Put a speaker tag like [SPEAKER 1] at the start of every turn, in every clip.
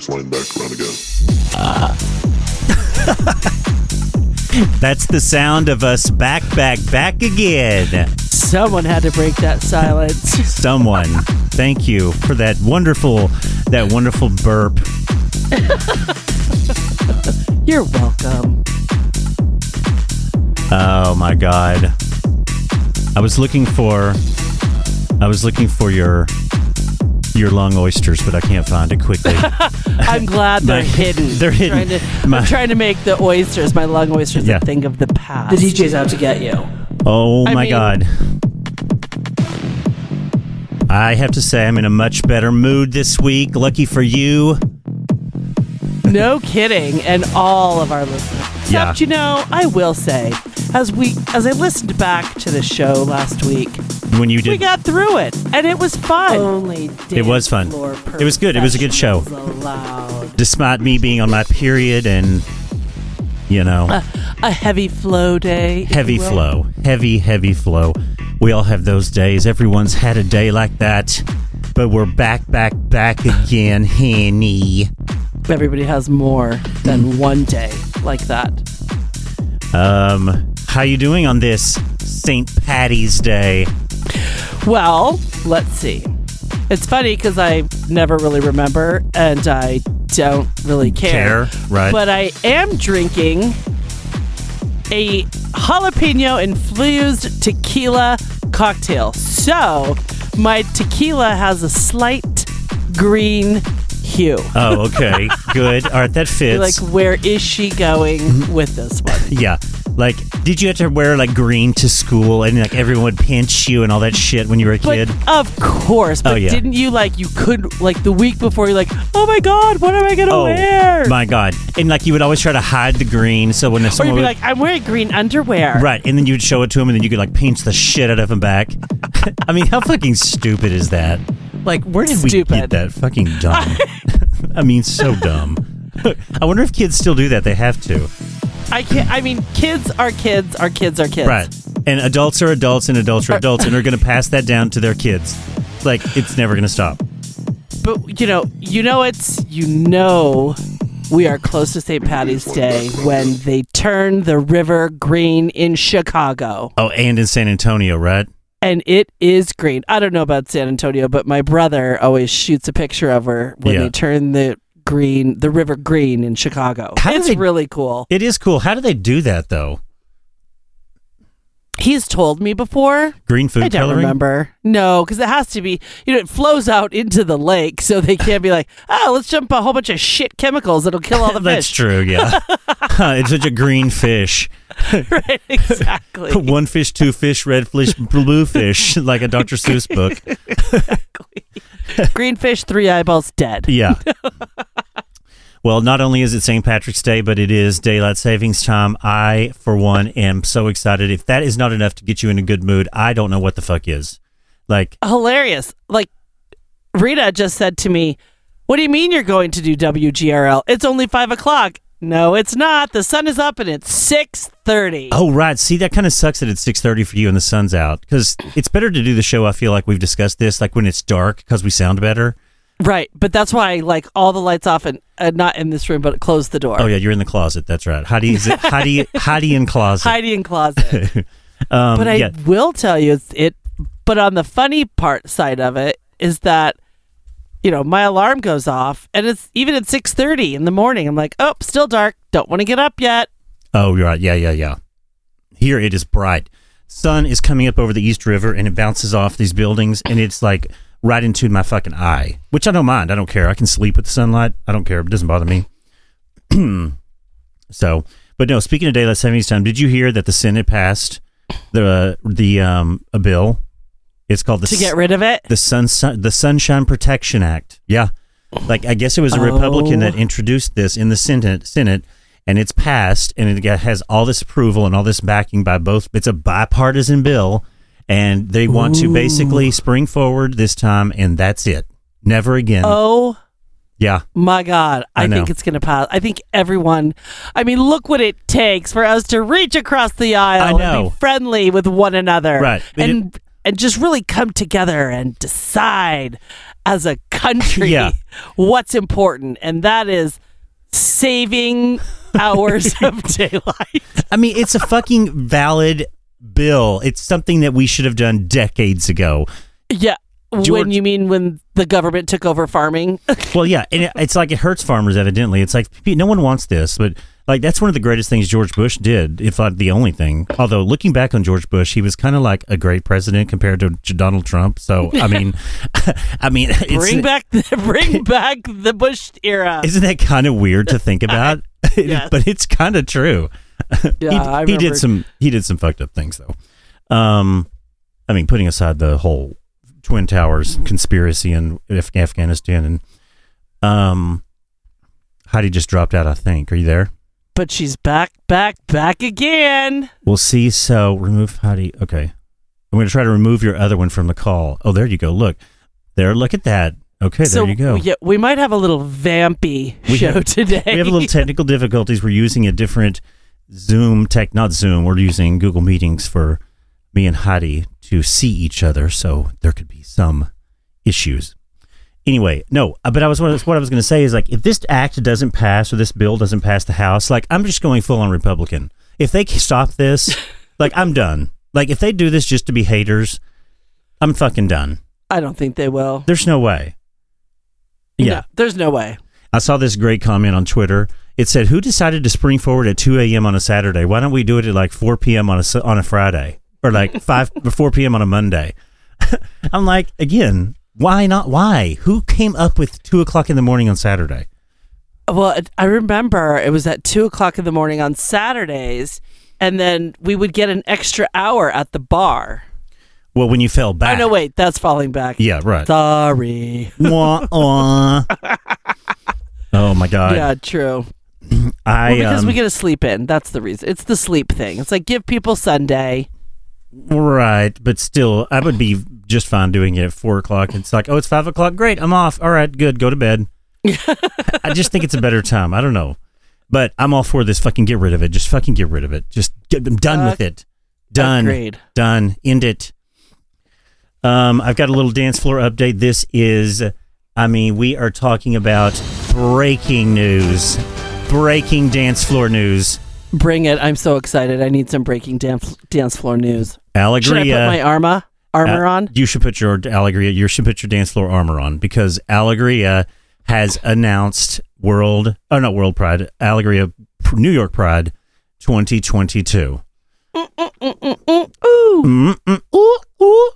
[SPEAKER 1] flying back around again.
[SPEAKER 2] That's the sound of us back, back, back again.
[SPEAKER 3] Someone had to break that silence.
[SPEAKER 2] Someone, thank you for that wonderful, that wonderful burp.
[SPEAKER 3] You're welcome.
[SPEAKER 2] Oh my god. I was looking for, I was looking for your, your lung oysters, but I can't find it quickly.
[SPEAKER 3] I'm glad they're
[SPEAKER 2] My-
[SPEAKER 3] hidden.
[SPEAKER 2] they're hidden.
[SPEAKER 3] Trying to,
[SPEAKER 2] My-
[SPEAKER 3] I'm trying to make the oysters, my lung oysters,
[SPEAKER 2] Yeah.
[SPEAKER 3] a thing of the past.
[SPEAKER 4] The DJ's out to get you.
[SPEAKER 2] Oh
[SPEAKER 3] I
[SPEAKER 2] my
[SPEAKER 3] mean-
[SPEAKER 2] god. I have to say I'm in a much better mood this week. Lucky for you.
[SPEAKER 3] No kidding, and all of our listeners. Except,
[SPEAKER 2] Yeah.
[SPEAKER 3] you know, I will say, as we as I listened back to the show last week,
[SPEAKER 2] When you
[SPEAKER 3] we
[SPEAKER 2] did
[SPEAKER 3] got through it, and it was fun.
[SPEAKER 4] Only
[SPEAKER 2] It was fun. It was good. It was a good show. despite me being on my period and you
[SPEAKER 3] Uh,
[SPEAKER 2] know,
[SPEAKER 3] A heavy flow day. if
[SPEAKER 2] heavy
[SPEAKER 3] you will.
[SPEAKER 2] flow. Heavy, heavy flow. We all have those days. Everyone's had a day like that. But we're back, back, back again, honey.
[SPEAKER 3] Everybody has more than one day like that.
[SPEAKER 2] Um, how you doing on this St. Patty's Day?
[SPEAKER 3] Well, let's see. It's funny because I never really remember, and I don't really care.
[SPEAKER 2] Care, right.
[SPEAKER 3] But I am drinking a jalapeno infused tequila cocktail. So my tequila has a slight green hue.
[SPEAKER 2] Oh, okay. Good. All right, that fits.
[SPEAKER 3] like, where is she
[SPEAKER 2] Mm-hmm.
[SPEAKER 3] going with this one?
[SPEAKER 2] Yeah. Like, did you have to wear like green to school and like everyone would pinch you and all that shit when you were a
[SPEAKER 3] But
[SPEAKER 2] kid?
[SPEAKER 3] of course, but
[SPEAKER 2] Oh, yeah.
[SPEAKER 3] didn't you like you could like the week before you're like, oh my god, what am I gonna
[SPEAKER 2] Oh
[SPEAKER 3] wear?
[SPEAKER 2] my god! And like you would always try to hide the green, so when
[SPEAKER 3] Or you'd
[SPEAKER 2] someone
[SPEAKER 3] be
[SPEAKER 2] would,
[SPEAKER 3] like, I'm wearing green underwear.
[SPEAKER 2] right, and then you'd show it to him, and then you could like pinch the shit out of him back. I mean, how fucking stupid is that? Like, where did we get
[SPEAKER 3] Stupid.
[SPEAKER 2] that? Fucking dumb. I mean, so dumb. I wonder if kids still do that. They have to,
[SPEAKER 3] I can't. I mean, kids are kids are kids are kids.
[SPEAKER 2] right? And adults are adults, and adults are adults, and are going to pass that down to their kids. Like, it's never going to stop.
[SPEAKER 3] But you know, you know, it's you know, we are close to St. Patty's Day when they turn the river green in Chicago,
[SPEAKER 2] Oh, and in San Antonio, right?
[SPEAKER 3] and it is green. I don't know about San Antonio, but my brother always shoots a picture of her when
[SPEAKER 2] Yeah.
[SPEAKER 3] they turn the green, the river green in Chicago.
[SPEAKER 2] How do
[SPEAKER 3] it's
[SPEAKER 2] they-
[SPEAKER 3] really cool.
[SPEAKER 2] It is cool. How do they do that though?
[SPEAKER 3] He's told me before.
[SPEAKER 2] Green food
[SPEAKER 3] I don't
[SPEAKER 2] coloring.
[SPEAKER 3] remember. No, because it has to be. You know, it flows out into the lake, so they can't be like, oh, let's jump a whole bunch of shit chemicals that'll kill all the
[SPEAKER 2] That's
[SPEAKER 3] fish.
[SPEAKER 2] true. Yeah, Huh, it's such a green fish.
[SPEAKER 3] right? Exactly.
[SPEAKER 2] One fish, two fish, red fish, blue fish, like a Dr. Seuss book.
[SPEAKER 3] Green fish, three eyeballs, dead.
[SPEAKER 2] Yeah. Well, not only is it St. Patrick's Day, but it is daylight savings time. I, for one, am so excited. If that is not enough to get you in a good mood, I don't know what the fuck is. Like,
[SPEAKER 3] Hilarious. Like Rita just said to me, "What do you mean you're going to do WGRL? It's only five o'clock." No, it's not. The sun is up and it's six thirty.
[SPEAKER 2] oh right, see that kind of sucks that it's six thirty for you and the sun's out because it's better to do the show. I feel like we've discussed this, like when it's dark because we sound better.
[SPEAKER 3] Right, but that's why like all the lights off and uh, not in this room, but close the door.
[SPEAKER 2] Oh yeah, you're in the closet. That's right. Heidi, is it, Heidi, Heidi in closet.
[SPEAKER 3] Heidi in closet.
[SPEAKER 2] Um,
[SPEAKER 3] but I
[SPEAKER 2] yeah,
[SPEAKER 3] will tell you, it's, it. But on the funny part side of it is that, you know, my alarm goes off, and it's even at six thirty in the morning. I'm like, oh, still dark. Don't want to get up yet.
[SPEAKER 2] Oh, you're right. Yeah, yeah, yeah. Here it is bright. Sun is coming up over the East River and it bounces off these buildings and it's like right into my fucking eye, which I don't mind. I don't care. I can sleep with the sunlight. I don't care. It doesn't bother me. so, but no, speaking of daylight savings time, did you hear that the Senate passed the the um a bill? It's called the
[SPEAKER 3] To
[SPEAKER 2] S-
[SPEAKER 3] get rid of it,
[SPEAKER 2] the sun, sun the Sunshine Protection Act. Yeah, like I guess it was a Republican
[SPEAKER 3] Oh.
[SPEAKER 2] that introduced this in the Senate. Senate, and it's passed, and it got- has all this approval and all this backing by both. It's a bipartisan bill, and they want to basically spring forward this time, and that's it. Never again.
[SPEAKER 3] oh
[SPEAKER 2] Yeah,
[SPEAKER 3] my god,
[SPEAKER 2] I
[SPEAKER 3] I, think
[SPEAKER 2] know.
[SPEAKER 3] it's gonna pass. I think everyone. I mean, look what it takes for us to reach across the aisle
[SPEAKER 2] I know.
[SPEAKER 3] and be friendly with one another.
[SPEAKER 2] Right. It-
[SPEAKER 3] and. and just really come together and decide as a country
[SPEAKER 2] Yeah.
[SPEAKER 3] what's important, and that is saving hours of daylight.
[SPEAKER 2] I mean, it's a fucking valid bill. It's something that we should have done decades ago.
[SPEAKER 3] Yeah.
[SPEAKER 2] George-
[SPEAKER 3] when you mean when the government took over farming?
[SPEAKER 2] Well, yeah, and it, it's like it hurts farmers evidently. It's like pe- no one wants this, but like that's one of the greatest things George Bush did, if not the only thing. Although looking back on George Bush, he was kind of like a great president compared to J- Donald Trump. So I mean, I mean, it's,
[SPEAKER 3] bring back the bring back the Bush era.
[SPEAKER 2] isn't that kind of weird to think about?
[SPEAKER 3] Yes.
[SPEAKER 2] but it's kind of true.
[SPEAKER 3] Yeah,
[SPEAKER 2] he,
[SPEAKER 3] I
[SPEAKER 2] he
[SPEAKER 3] remember-
[SPEAKER 2] did some he did some fucked up things though. Um, I mean, putting aside the whole twin towers conspiracy in Af- Afghanistan and um, Heidi just dropped out. I think. Are you there?
[SPEAKER 3] But she's back, back, back again.
[SPEAKER 2] We'll see. So remove Heidi. Okay, I'm going to try to remove your other one from the call. Oh, there you go. Look there. Look at that. Okay,
[SPEAKER 3] so
[SPEAKER 2] there you go.
[SPEAKER 3] Yeah, we might have a little vampy
[SPEAKER 2] We
[SPEAKER 3] show
[SPEAKER 2] have-
[SPEAKER 3] today.
[SPEAKER 2] we have a little technical difficulties. We're using a different Zoom tech, not Zoom. We're using Google Meetings for me and Heidi to see each other, so there could be some issues. Anyway, no, uh, but I was what I was going to say is like if this act doesn't pass or this bill doesn't pass the House, like I'm just going full on Republican. If they can stop this, like I'm done. Like if they do this just to be haters, I'm fucking done.
[SPEAKER 3] I don't think they will.
[SPEAKER 2] There's no way.
[SPEAKER 3] No, there's no way.
[SPEAKER 2] I saw this great comment on Twitter. It said, "Who decided to spring forward at 2 a.m. on a Saturday? Why don't we do it at like 4 p.m. on a s- on a Friday or like 5 or 4 p.m. on a Monday?" I'm like, again, why not? Why? Who came up with two o'clock in the morning on Saturday?
[SPEAKER 3] Well, it- I remember it was at two o'clock in the morning on Saturdays, and then we would get an extra hour at the bar.
[SPEAKER 2] Well, when you fell back.
[SPEAKER 3] Oh no, wait, that's falling back.
[SPEAKER 2] Ah. Yeah, right.
[SPEAKER 3] Sorry.
[SPEAKER 2] Wah, wah. Oh my God!
[SPEAKER 3] yeah, true.
[SPEAKER 2] I
[SPEAKER 3] Well, because
[SPEAKER 2] um,
[SPEAKER 3] we get to sleep in. That's the reason. It's the sleep thing. It's like give people Sunday.
[SPEAKER 2] Right, but still, I would be just fine doing it at four o'clock. It's like, oh, it's five o'clock. Great, I'm off. All right, good. Go to bed. I just think it's a better time. I don't know, but I'm all for this. Fucking get rid of it. Just fucking get rid of it. Just get, I'm done with it. Done.
[SPEAKER 3] Agreed.
[SPEAKER 2] Done. End it. Um, I've got a little dance floor update. This is, I mean, we are talking about breaking news, breaking dance floor news.
[SPEAKER 3] Bring it. I'm so excited. I need some breaking dance, dance floor news. Should
[SPEAKER 2] Allegria.
[SPEAKER 3] I put my arma, armor
[SPEAKER 2] Uh,
[SPEAKER 3] on?
[SPEAKER 2] You should put your Allegria. You should put your dance floor armor on because Allegria has announced World. Oh, not World Pride. Allegria P- New York Pride, 2022.
[SPEAKER 3] Ooh.
[SPEAKER 2] Mm-mm.
[SPEAKER 3] Ooh, ooh,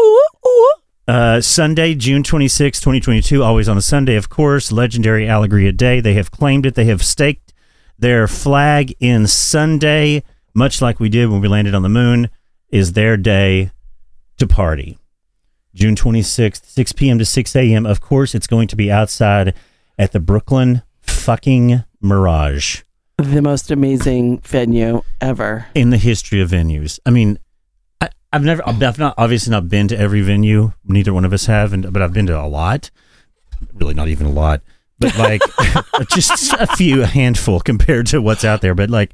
[SPEAKER 3] ooh, ooh.
[SPEAKER 2] Uh, Sunday, June 26, 2022, always on a Sunday, of course, legendary Allegria Day. They have claimed it. They have staked their flag in Sunday, much like we did when we landed on the moon, is their day to party. June 26th, 6 p.m. to 6 a.m. Of course, it's going to be outside at the Brooklyn fucking Mirage
[SPEAKER 3] The most amazing venue ever.
[SPEAKER 2] in the history of venues. I mean, I, I've never, I've not obviously not been to every venue. Neither one of us have, and but I've been to a lot. Really, not even a lot, but like just a few, a handful compared to what's out there. But like,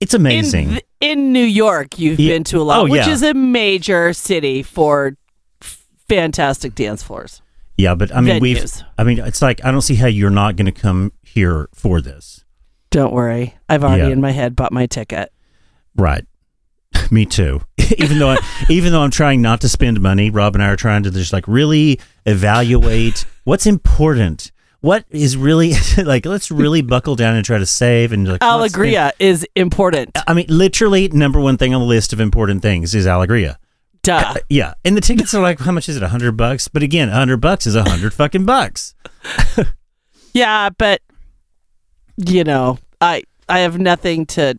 [SPEAKER 2] it's amazing.
[SPEAKER 3] In, th- in New York, you've
[SPEAKER 2] Yeah.
[SPEAKER 3] been to a lot,
[SPEAKER 2] Oh,
[SPEAKER 3] which
[SPEAKER 2] yeah.
[SPEAKER 3] is a major city for f- fantastic dance floors.
[SPEAKER 2] yeah, but I mean, we've.
[SPEAKER 3] venues.
[SPEAKER 2] I mean, it's like I don't see how you're not going to come here for this,
[SPEAKER 3] Don't worry. I've already
[SPEAKER 2] Yeah.
[SPEAKER 3] in my head bought my ticket.
[SPEAKER 2] right? Me too. even though, I, even though I'm trying not to spend money, Rob and I are trying to just like really evaluate what's important. What is really like? Let's really buckle down and try to save and like. not spend-
[SPEAKER 3] Allegria is important.
[SPEAKER 2] I mean, literally, number one thing on the list of important things is Allegria.
[SPEAKER 3] Duh.
[SPEAKER 2] Yeah, and the tickets are like, how much is it? A hundred bucks. But again, a hundred bucks is a hundred fucking bucks.
[SPEAKER 3] Yeah, but you know, I I have nothing to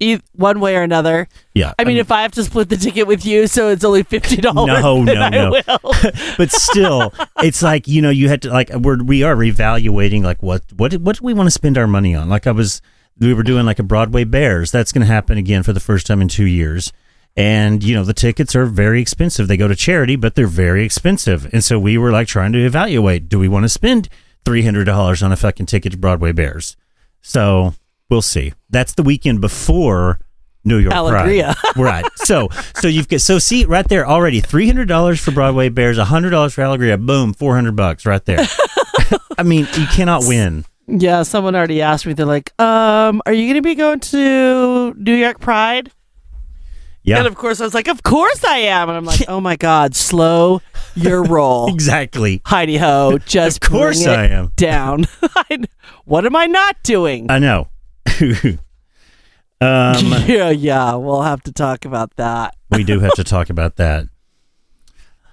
[SPEAKER 3] e- one way or another.
[SPEAKER 2] Yeah.
[SPEAKER 3] I mean, if I have to split the ticket with you, so it's only fifty dollars.
[SPEAKER 2] No,
[SPEAKER 3] then
[SPEAKER 2] no,
[SPEAKER 3] I
[SPEAKER 2] no.
[SPEAKER 3] will.
[SPEAKER 2] but still, it's like you know you had to like we're we are evaluating like what what what do we want to spend our money on? Like I was we were doing like a Broadway Bears that's going to happen again for the first time in two years, and you know the tickets are very expensive. They go to charity, but they're very expensive, and so we were like trying to evaluate: do we want to spend three hundred dollars on a fucking ticket to Broadway Bears? So we'll see. That's the weekend before New York Pride.
[SPEAKER 3] Alegria.
[SPEAKER 2] right. So so you've got so see right there already three hundred dollars for Broadway Bears, hundred dollars for Alegria. Boom, four hundred bucks right there. I mean, you cannot win.
[SPEAKER 3] Yeah, someone already asked me. They're like, um, are you going to be going to New York Pride?
[SPEAKER 2] Yeah,
[SPEAKER 3] And of course, I was like, of course I am. And I'm like, oh my God, slow your roll.
[SPEAKER 2] exactly.
[SPEAKER 3] Heidi Ho, just
[SPEAKER 2] Of course
[SPEAKER 3] bring it
[SPEAKER 2] I am.
[SPEAKER 3] down. I- what am I not doing?
[SPEAKER 2] I know. um,
[SPEAKER 3] yeah, yeah, we'll have to talk about that.
[SPEAKER 2] we do have to talk about that.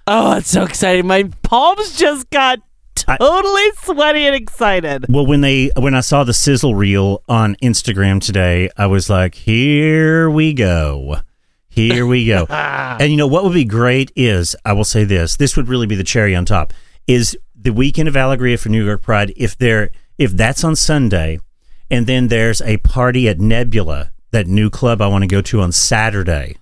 [SPEAKER 3] Oh, it's so exciting. My palms just got
[SPEAKER 2] I-
[SPEAKER 3] totally sweaty and excited.
[SPEAKER 2] Well, when they when I saw the sizzle reel on Instagram today, I was like, "Here we go, here we go." and you know what would be great is I will say this: this would really be the cherry on top. Is the weekend of Allegria for New York Pride? If there, if that's on Sunday, and then there's a party at Nebula, that new club I want to go to on Saturday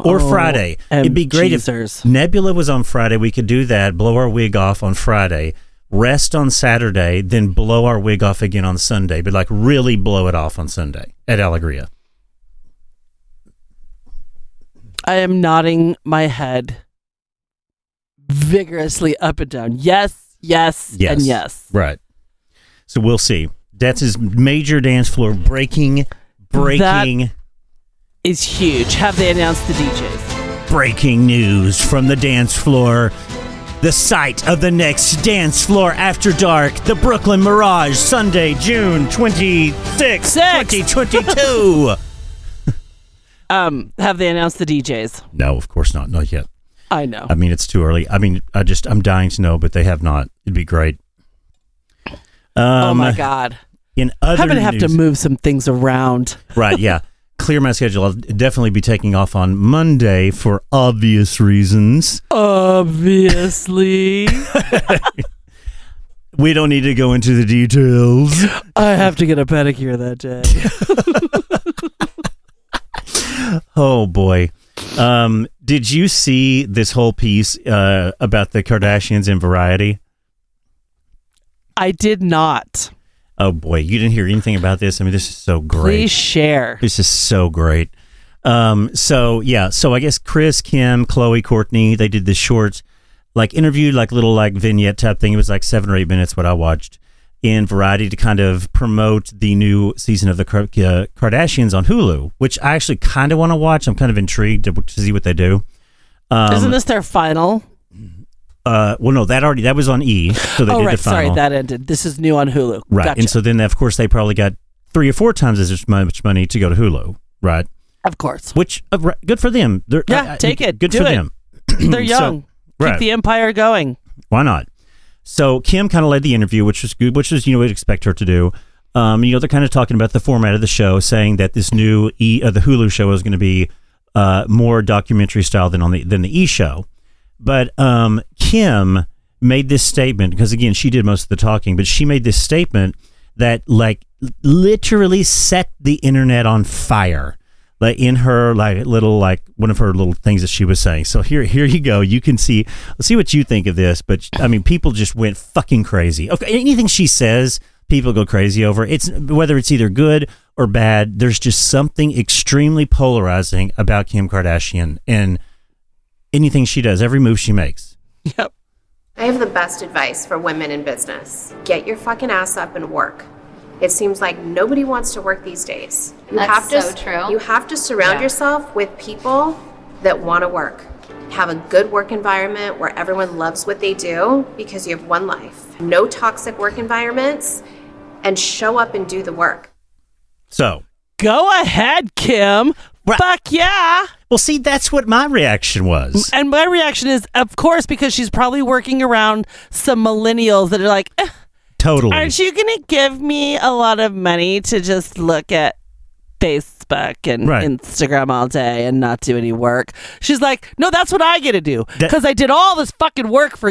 [SPEAKER 2] or
[SPEAKER 3] Oh,
[SPEAKER 2] Friday. It'd be great if
[SPEAKER 3] Jesus.
[SPEAKER 2] Nebula was on Friday. We could do that. Blow our wig off on Friday. Rest on Saturday, then blow our wig off again on Sunday. But like really blow it off on Sunday at Allegria.
[SPEAKER 3] I am nodding my head vigorously up and down. Yes, yes,
[SPEAKER 2] Yes.
[SPEAKER 3] and yes.
[SPEAKER 2] Right. So we'll see. That's his major dance floor breaking, breaking,
[SPEAKER 3] Is huge. Have they announced the DJs?
[SPEAKER 2] breaking news from the dance floor. The site of the next dance floor after dark, the Brooklyn Mirage, Sunday, June 26,
[SPEAKER 3] Six.
[SPEAKER 2] 2022.
[SPEAKER 3] Um, have they announced the DJs?
[SPEAKER 2] no, of course not. Not yet.
[SPEAKER 3] I know.
[SPEAKER 2] I mean, it's too early. I mean, I just I'm dying to know, but they have not. It'd be great. Um,
[SPEAKER 3] oh my god.
[SPEAKER 2] In other
[SPEAKER 3] I'm gonna have to
[SPEAKER 2] news-
[SPEAKER 3] move some things around.
[SPEAKER 2] right, yeah. Clear my schedule. I'll definitely be taking off on Monday for obvious reasons.
[SPEAKER 3] Obviously.
[SPEAKER 2] We don't need to go into the details.
[SPEAKER 3] I have to get a pedicure that day.
[SPEAKER 2] Oh boy. Um, did you see this whole piece uh, about the Kardashians in Variety?
[SPEAKER 3] I did not.
[SPEAKER 2] Oh boy, you didn't hear anything about this. I mean, this is so great.
[SPEAKER 3] Please share.
[SPEAKER 2] This is so great. Um, so yeah, so I guess Chris, Kim, Chloe, Courtney, they did this short, like interview, like little like vignette type thing. It was like seven or eight minutes. What I watched in Variety to kind of promote the new season of the Kar- uh, Kardashians on Hulu, which I actually kind of want to watch. I'm kind of intrigued to, to see what they do. Um,
[SPEAKER 3] Isn't this their final?
[SPEAKER 2] Uh, well, no, that already that was on E, so they
[SPEAKER 3] Oh
[SPEAKER 2] did
[SPEAKER 3] right,
[SPEAKER 2] the final.
[SPEAKER 3] sorry, that ended. This is new on Hulu.
[SPEAKER 2] Right.
[SPEAKER 3] Gotcha.
[SPEAKER 2] And so then, of course, they probably got three or four times as much money to go to Hulu. Right.
[SPEAKER 3] of course.
[SPEAKER 2] Which, uh, right, good for them. They're, uh,
[SPEAKER 3] Yeah, take it.
[SPEAKER 2] Good
[SPEAKER 3] Do
[SPEAKER 2] for
[SPEAKER 3] it.
[SPEAKER 2] them.
[SPEAKER 3] They're
[SPEAKER 2] So-
[SPEAKER 3] young.
[SPEAKER 2] right.
[SPEAKER 3] Keep the empire going.
[SPEAKER 2] Why not? So Kim kind of led the interview, which was good, which is, you know, we'd expect her to do. Um, you know, they're kind of talking about the format of the show, saying that this new E, uh, the Hulu show is going to be uh, more documentary style than on the than the E show. But um, Kim made this statement because again, she did most of the talking, but she made this statement that like literally set the internet on fire. Like in her like little like one of her little things that she was saying. So here here you go. You can see see what you think of this. But I mean, people just went fucking crazy. Okay, anything she says, people go crazy over. It's whether it's either good or bad. There's just something extremely polarizing about Kim Kardashian and anything she does, every move she makes.
[SPEAKER 3] Yep.
[SPEAKER 1] I have the best advice for women in business get your fucking ass up and work. It seems like nobody wants to work these days. You
[SPEAKER 4] That's
[SPEAKER 1] have to,
[SPEAKER 4] so true.
[SPEAKER 1] You have to surround
[SPEAKER 4] Yeah.
[SPEAKER 1] yourself with people that want to work. Have a good work environment where everyone loves what they do because you have one life. No toxic work environments and show up and do the work.
[SPEAKER 2] So
[SPEAKER 3] Go ahead, Kim.
[SPEAKER 2] Right.
[SPEAKER 3] Fuck yeah.
[SPEAKER 2] Well, see, that's what my reaction was.
[SPEAKER 3] And my reaction is, of course, because she's probably working around some millennials that are like, "Eh,
[SPEAKER 2] Totally.
[SPEAKER 3] aren't you going to give me a lot of money to just look at Facebook and
[SPEAKER 2] Right.
[SPEAKER 3] Instagram all day and not do any work? She's like, no, that's what I get to do
[SPEAKER 2] That-
[SPEAKER 3] because I did all this fucking work for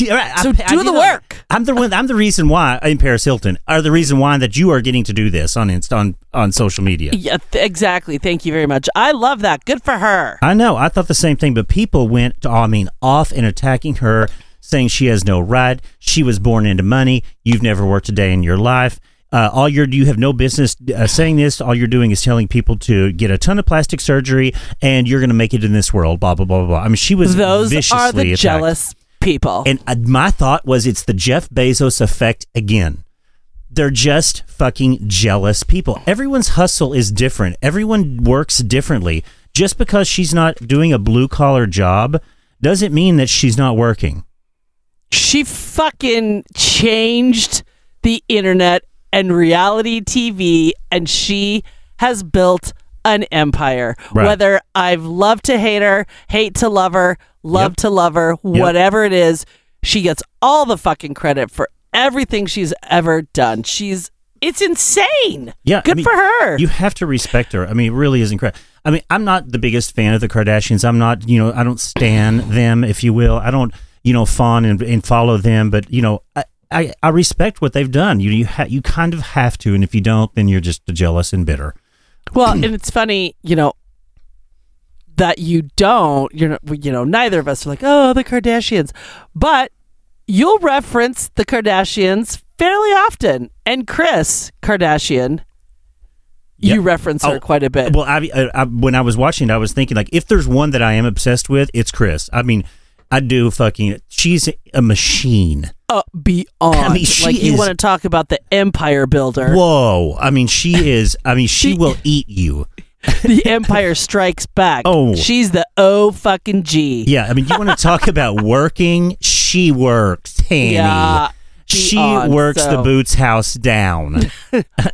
[SPEAKER 2] Yeah, right.
[SPEAKER 3] So
[SPEAKER 2] I- I
[SPEAKER 3] do
[SPEAKER 2] did
[SPEAKER 3] the
[SPEAKER 2] all-
[SPEAKER 3] work.
[SPEAKER 2] I'm the one. I'm the reason why in Paris Hilton are the reason why that you are getting to do this on Inst- on on social media.
[SPEAKER 3] Yeah, th- exactly. Thank you very much. I love that. Good for her.
[SPEAKER 2] I know. I thought the same thing, but people went, I mean, off and attacking her, saying she has no right. She was born into money. You've never worked a day in your life. Uh, all you're you have no business uh, saying this. All you're doing is telling people to get a ton of plastic surgery, and you're going to make it in this world. Blah blah blah blah. blah. I mean, she was
[SPEAKER 3] Those
[SPEAKER 2] viciously
[SPEAKER 3] are the
[SPEAKER 2] attacked.
[SPEAKER 3] jealous people.
[SPEAKER 2] And uh, my thought was, it's the Jeff Bezos effect again. They're just fucking jealous people. Everyone's hustle is different. Everyone works differently. Just because she's not doing a blue collar job doesn't mean that she's not working.
[SPEAKER 3] she fucking changed the internet and reality TV, and she has built an empire.
[SPEAKER 2] Right.
[SPEAKER 3] Whether I've loved to hate her, hate to love her, love
[SPEAKER 2] Yep.
[SPEAKER 3] to love her, whatever it is, she gets all the fucking credit for everything she's ever done. She's it's insane.
[SPEAKER 2] Yeah, I
[SPEAKER 3] good
[SPEAKER 2] mean,
[SPEAKER 3] for her.
[SPEAKER 2] You have to respect her. I mean, it really is incredible. I mean, I'm not the biggest fan of the Kardashians. I'm not, you know, I don't stan them, if you will. I don't, you know, fawn and, and follow them. But you know, I, I, I respect what they've done. You you ha- you kind of have to, and if you don't, then you're just jealous and bitter.
[SPEAKER 3] Well, and it's funny, you know, that you don't. You're not. You know, neither of us are like, oh, the Kardashians, but you'll reference the Kardashians fairly often. And Chris Kardashian, you
[SPEAKER 2] Yep.
[SPEAKER 3] reference her
[SPEAKER 2] Oh,
[SPEAKER 3] quite a bit.
[SPEAKER 2] Well, I, I, I when I was watching, it, I was thinking like, if there's one that I am obsessed with, it's Chris. I mean, I do fucking. She's a machine.
[SPEAKER 3] uh, beyond,
[SPEAKER 2] I mean, she
[SPEAKER 3] like you
[SPEAKER 2] is-
[SPEAKER 3] want to talk about the empire builder,
[SPEAKER 2] Whoa! I mean, she is. I mean, she will eat you.
[SPEAKER 3] the Empire Strikes Back.
[SPEAKER 2] Oh.
[SPEAKER 3] she's the O fucking G.
[SPEAKER 2] Yeah, I mean, you want to talk about working? She works, Tammy.
[SPEAKER 3] Yeah,
[SPEAKER 2] she
[SPEAKER 3] beyond,
[SPEAKER 2] works
[SPEAKER 3] so-
[SPEAKER 2] the Boots house down,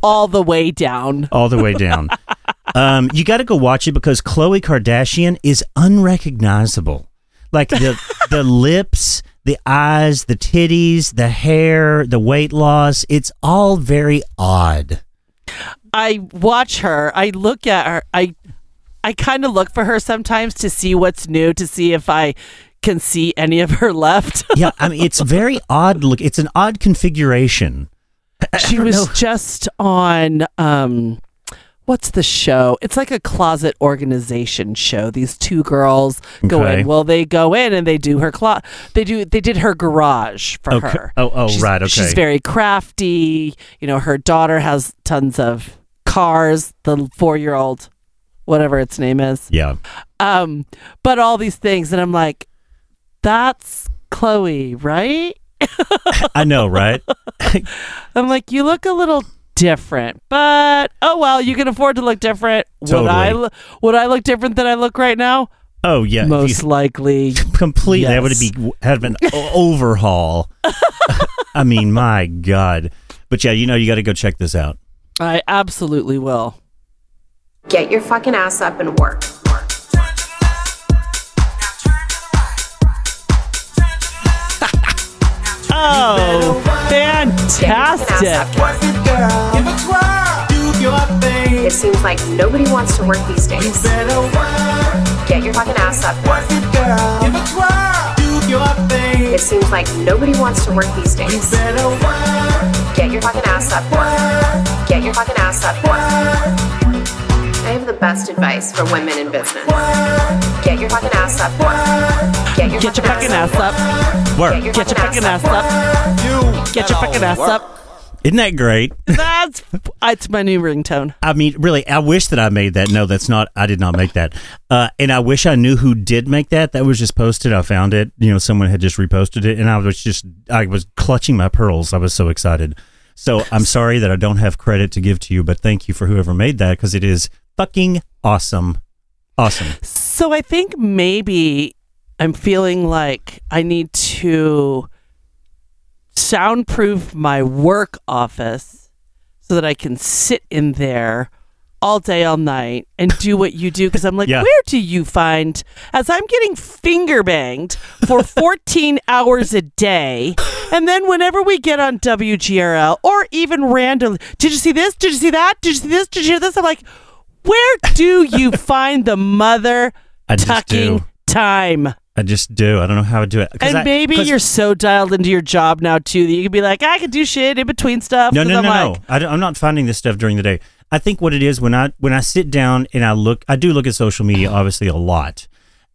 [SPEAKER 3] all the way down.
[SPEAKER 2] all the way down. um, you got to go watch it because Khloe Kardashian is unrecognizable. Like the the lips, the eyes, the titties, the hair, the weight loss. It's all very odd.
[SPEAKER 3] I watch her. I look at her. I I kind of look for her sometimes to see what's new, to see if I can see any of her left.
[SPEAKER 2] Yeah, I mean, it's very odd. Look, it's an odd configuration.
[SPEAKER 3] she
[SPEAKER 2] don't
[SPEAKER 3] was
[SPEAKER 2] know.
[SPEAKER 3] just on um what's the show? It's like a closet organization show. These two girls go
[SPEAKER 2] Okay.
[SPEAKER 3] in. Well, they go in and they do her clo- they do they did her garage for
[SPEAKER 2] Okay.
[SPEAKER 3] her.
[SPEAKER 2] Oh, oh,
[SPEAKER 3] She's-
[SPEAKER 2] right, okay.
[SPEAKER 3] She's very crafty. You know, her daughter has tons of cars, the 4-year-old whatever its name is.
[SPEAKER 2] Yeah,
[SPEAKER 3] um but all these things and i'm like that's chloe right
[SPEAKER 2] I know, right?
[SPEAKER 3] i'm like you look a little different but oh well you can afford to look different would i
[SPEAKER 2] Totally.
[SPEAKER 3] lo- would i look different than i look right now
[SPEAKER 2] Oh, yeah. if you
[SPEAKER 3] most likely
[SPEAKER 2] completely that would
[SPEAKER 3] Yes.
[SPEAKER 2] be have been o- overhaul i mean my god but yeah you know you got to go check this out
[SPEAKER 3] i absolutely will
[SPEAKER 1] Get your fucking ass up and work.
[SPEAKER 4] Turn to the left. Now turn to the right. Turn to the left.
[SPEAKER 3] oh
[SPEAKER 1] Get your fucking ass
[SPEAKER 3] fantastic
[SPEAKER 1] up.
[SPEAKER 4] Work it, girl. Give a twirl. Do your thing.
[SPEAKER 1] It seems like nobody wants to work these days.
[SPEAKER 4] Better work.
[SPEAKER 1] Get your fucking ass up.
[SPEAKER 4] Work it, girl. Give a twirl. Do your thing.
[SPEAKER 1] It seems like nobody wants to work these days.
[SPEAKER 4] Better work.
[SPEAKER 1] Get your fucking ass up.
[SPEAKER 4] Work.
[SPEAKER 1] Get your fucking ass up.
[SPEAKER 4] Work.
[SPEAKER 1] I have the best advice for women in business.
[SPEAKER 4] Work.
[SPEAKER 1] Get your fucking ass up.
[SPEAKER 4] Work.
[SPEAKER 1] Get your,
[SPEAKER 3] get your fucking ass up
[SPEAKER 2] work
[SPEAKER 3] get your fucking ass up
[SPEAKER 4] You.
[SPEAKER 3] get your fucking ass up
[SPEAKER 2] isn't that great
[SPEAKER 3] that's it's my new ringtone
[SPEAKER 2] i mean really i wish that i made that no that's not i did not make that uh, and i wish i knew who did make that that was just posted i found it you know someone had just reposted it and i was just i was clutching my pearls i was so excited so i'm sorry that i don't have credit to give to you but thank you for whoever made that because it is fucking awesome awesome
[SPEAKER 3] So I think maybe I'm feeling like I need to soundproof my work office so that I can sit in there all day, all night, and do what you do. Because I'm like,
[SPEAKER 2] Yeah.
[SPEAKER 3] where do you find, as I'm getting finger banged for 14 hours a day, and then whenever we get on WGRL or even randomly, did you see this? Did you see that? Did you see this? Did you hear this? I'm like, where do you find the mother
[SPEAKER 2] I just
[SPEAKER 3] tucking
[SPEAKER 2] do.
[SPEAKER 3] time?
[SPEAKER 2] I just do. I don't know how I do it. 'Cause
[SPEAKER 3] And
[SPEAKER 2] I-
[SPEAKER 3] maybe
[SPEAKER 2] 'cause-
[SPEAKER 3] you're so dialed into your job now too that you can be like, I can do shit in between stuff.
[SPEAKER 2] no,
[SPEAKER 3] 'Cause
[SPEAKER 2] no, no,
[SPEAKER 3] I'm
[SPEAKER 2] no.
[SPEAKER 3] like,
[SPEAKER 2] I don't- I'm not finding this stuff during the day. I think what it is when I when I sit down and I look, I do look at social media obviously a lot,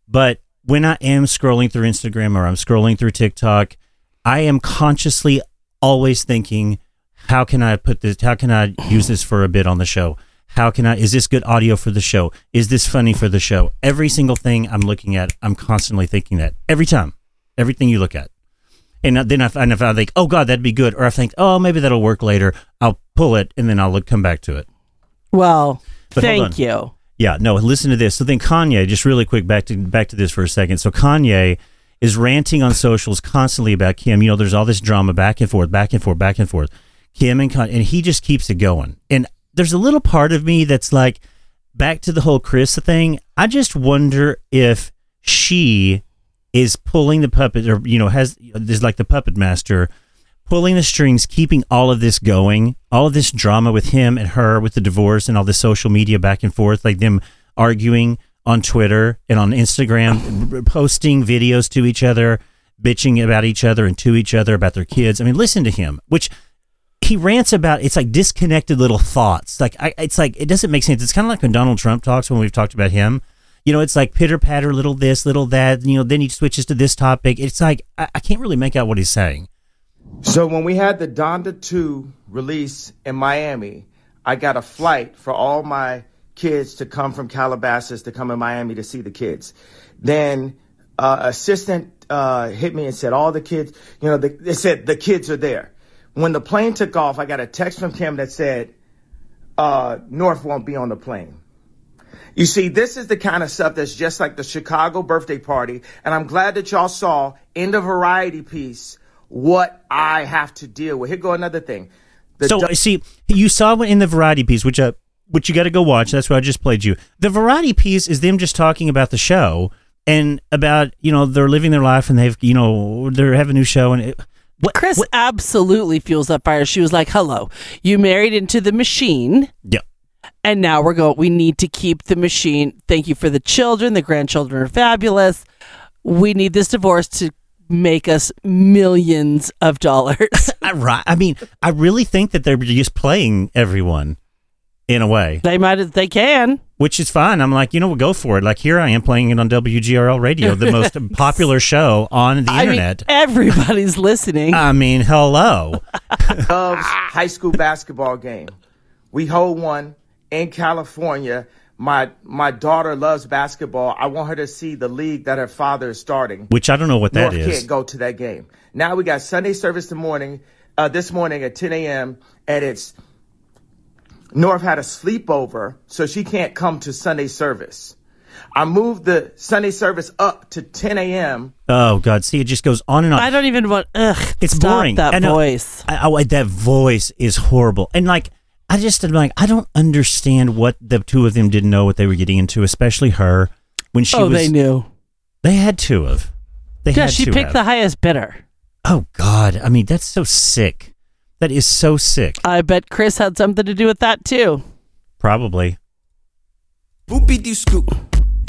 [SPEAKER 2] but when I am scrolling through Instagram or I'm scrolling through TikTok, I am consciously always thinking, how can I put this? How can I use this for a bit on the show? How can I? Is this good audio for the show? Is this funny for the show? Every single thing I'm looking at, I'm constantly thinking that every time, everything you look at, and then I, find- if I think, oh God, that'd be good, or I think, oh maybe that'll work later. I'll pull it and then I'll look, come back to it.
[SPEAKER 3] Well,
[SPEAKER 2] But hold on.
[SPEAKER 3] thank you.
[SPEAKER 2] Yeah, no, listen to this. So then Kanye, just really quick back to back to this for a second. So Kanye is ranting on socials constantly about Kim. You know, there's all this drama back and forth, back and forth, back and forth. Kim and Kanye, and he just keeps it going. And there's a little part of me that's like back to the whole Chris thing. I just wonder if she is pulling the puppet or you know has there's like the puppet master pulling the strings, keeping all of this going, all of this drama with him and her, with the divorce and all the social media back and forth, like them arguing on Twitter and on Instagram, r- posting videos to each other, bitching about each other and to each other about their kids. I mean, listen to him, which he rants about. It's like disconnected little thoughts. Like I, it's like it doesn't make sense. It's kind of like when Donald Trump talks when we've talked about him. You know, it's like pitter patter, little this, little that. You know, then he switches to this topic. It's like I, I can't really make out what he's saying.
[SPEAKER 5] So when we had the Donda 2 release in Miami, I got a flight for all my kids to come from Calabasas to come in Miami to see the kids. Then uh, assistant uh, hit me and said, all the kids, you know, the, they said the kids are there. When the plane took off, I got a text from Kim that said, uh, North won't be on the plane. You see, this is the kind of stuff that's just like the Chicago birthday party. And I'm glad that y'all saw in the variety piece what I have to deal with. Here go another thing. The
[SPEAKER 2] so
[SPEAKER 5] du-
[SPEAKER 2] see, you saw in the variety piece, which uh, which you got to go watch. That's why I just played you. The variety piece is them just talking about the show and about you know they're living their life and they've you know they're having a new show and it, what
[SPEAKER 3] Chris
[SPEAKER 2] what-
[SPEAKER 3] absolutely fuels that fire. She was like, "Hello, you married into the machine,
[SPEAKER 2] yeah.
[SPEAKER 3] and now we're going. We need to keep the machine. Thank you for the children. The grandchildren are fabulous. We need this divorce to make us millions of dollars."
[SPEAKER 2] I, ri- I mean, I really think that they're just playing everyone in a way,
[SPEAKER 3] they might. They can.
[SPEAKER 2] which is fine. I'm like, you know what, go for it. Like here I am playing it on WGRL radio, the most popular show on the
[SPEAKER 3] I mean,
[SPEAKER 2] internet. Uh,
[SPEAKER 3] everybody's listening.
[SPEAKER 2] I mean, hello.
[SPEAKER 5] Dove's high school basketball game. We hold one in California. My my daughter loves basketball. I want her to see the league that her father is starting.
[SPEAKER 2] Which I don't know what that
[SPEAKER 5] North
[SPEAKER 2] is.
[SPEAKER 5] can't go to that game. Now we got Sunday service the morning, uh, this morning at 10 a.m. and it's North had a sleepover, so she can't come to Sunday service. I moved the Sunday service up to 10 a.m.
[SPEAKER 2] Oh God! See, it just goes on and on.
[SPEAKER 3] I don't even want. Ugh,
[SPEAKER 2] it's
[SPEAKER 3] stop
[SPEAKER 2] boring. I
[SPEAKER 3] That
[SPEAKER 2] know.
[SPEAKER 3] voice.
[SPEAKER 2] I, oh, I, that voice is horrible. And like, I just am like, I don't understand what the two of them didn't know what they were getting into, especially her when she
[SPEAKER 3] oh,
[SPEAKER 2] was.
[SPEAKER 3] they knew.
[SPEAKER 2] They had two of. They
[SPEAKER 3] Yeah,
[SPEAKER 2] had
[SPEAKER 3] she
[SPEAKER 2] two
[SPEAKER 3] picked
[SPEAKER 2] of.
[SPEAKER 3] the highest bidder.
[SPEAKER 2] Oh God! I mean, that's so sick. That is so sick.
[SPEAKER 3] I bet Chris had something to do with that too.
[SPEAKER 2] Probably.
[SPEAKER 6] Whoopie doo scoop.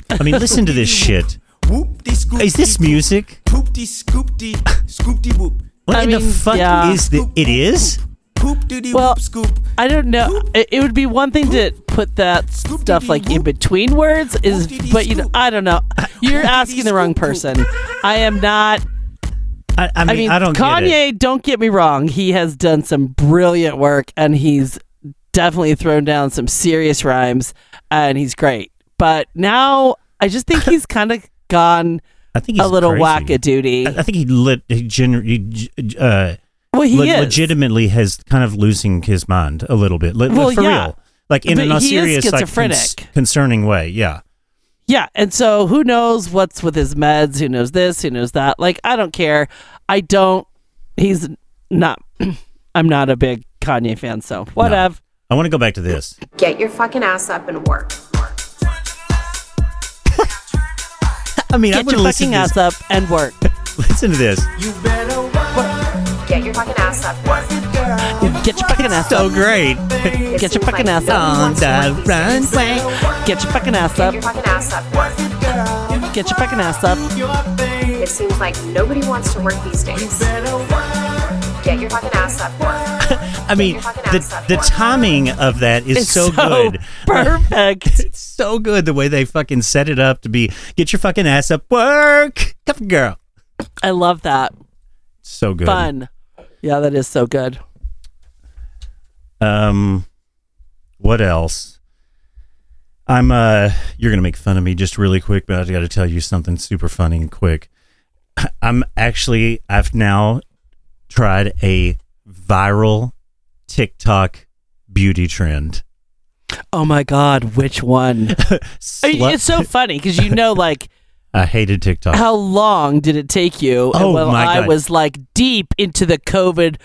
[SPEAKER 2] I mean, listen to this shit.
[SPEAKER 6] Whoop dee scoop.
[SPEAKER 2] Is this music?
[SPEAKER 6] Poop dee scoop dee scoop dee whoop.
[SPEAKER 2] What
[SPEAKER 3] I
[SPEAKER 2] in the
[SPEAKER 3] mean,
[SPEAKER 2] fuck
[SPEAKER 3] yeah.
[SPEAKER 2] is the? It is.
[SPEAKER 6] Poop doo dee
[SPEAKER 3] Well,
[SPEAKER 6] whoop scoop.
[SPEAKER 3] I don't know. It, it would be one thing to put that stuff like in between words, is, but you know, I don't know. You're asking the wrong person. I am not.
[SPEAKER 2] I, I mean,
[SPEAKER 3] I
[SPEAKER 2] I,
[SPEAKER 3] mean,
[SPEAKER 2] don't
[SPEAKER 3] Kanye.
[SPEAKER 2] get it.
[SPEAKER 3] Don't get me wrong. He has done some brilliant work, and he's definitely thrown down some serious rhymes, and he's great. But now, I just think he's kind of gone
[SPEAKER 2] I think he's
[SPEAKER 3] a little
[SPEAKER 2] crazy.
[SPEAKER 3] wackadoody.
[SPEAKER 2] I, I think he lit. He, gener- he g- uh,
[SPEAKER 3] well, he
[SPEAKER 2] le-
[SPEAKER 3] is
[SPEAKER 2] legitimately has kind of losing his mind a little bit. Le- le-
[SPEAKER 3] Well,
[SPEAKER 2] for
[SPEAKER 3] yeah.
[SPEAKER 2] real. Like in
[SPEAKER 3] But
[SPEAKER 2] a not
[SPEAKER 3] he is
[SPEAKER 2] serious, like cons-
[SPEAKER 3] schizophrenic.
[SPEAKER 2] concerning way. Yeah.
[SPEAKER 3] Yeah, and so who knows what's with his meds? Who knows this? Who knows that? Like I don't care. I don't. He's not. I'm not a big Kanye fan, so whatever.
[SPEAKER 2] I want to go back to this.
[SPEAKER 1] Get your fucking ass up and work.
[SPEAKER 4] Turn to the left. Now turn to the right.
[SPEAKER 2] I mean, I'm
[SPEAKER 3] Get
[SPEAKER 2] going
[SPEAKER 3] your
[SPEAKER 2] to listen
[SPEAKER 3] fucking
[SPEAKER 2] to
[SPEAKER 3] ass
[SPEAKER 2] this.
[SPEAKER 3] up and work.
[SPEAKER 2] Listen to this.
[SPEAKER 1] Get your fucking ass up. Work.
[SPEAKER 3] Get your fucking ass
[SPEAKER 2] So
[SPEAKER 3] up.
[SPEAKER 2] great.
[SPEAKER 1] It
[SPEAKER 3] Get your
[SPEAKER 1] seems
[SPEAKER 3] fucking
[SPEAKER 1] like
[SPEAKER 3] ass up.
[SPEAKER 1] nobody
[SPEAKER 2] On
[SPEAKER 1] wants to
[SPEAKER 2] the
[SPEAKER 1] work these days.
[SPEAKER 3] Get your fucking ass
[SPEAKER 1] Get
[SPEAKER 3] up.
[SPEAKER 1] your fucking ass up. Work.
[SPEAKER 3] Get your fucking ass up.
[SPEAKER 1] It seems like nobody wants to work these days. Get your fucking ass up. Work.
[SPEAKER 2] I mean, the the timing of that is
[SPEAKER 3] It's
[SPEAKER 2] so, good.
[SPEAKER 3] Perfect.
[SPEAKER 2] It's so good the way they fucking set it up to be get your fucking ass up, work, come on, girl.
[SPEAKER 3] I love that.
[SPEAKER 2] So good.
[SPEAKER 3] Fun. Yeah, that is so good.
[SPEAKER 2] Um, what else? I'm uh, you're gonna make fun of me just really quick, but I got to tell you something super funny and quick. I'm actually I've now tried a viral TikTok beauty trend.
[SPEAKER 3] Oh my god, which one? I mean,
[SPEAKER 2] Slut-
[SPEAKER 3] it's so funny because you know, like,
[SPEAKER 2] I hated TikTok.
[SPEAKER 3] how long did it take you?
[SPEAKER 2] Oh
[SPEAKER 3] while
[SPEAKER 2] my
[SPEAKER 3] I
[SPEAKER 2] God.
[SPEAKER 3] was like deep into the COVID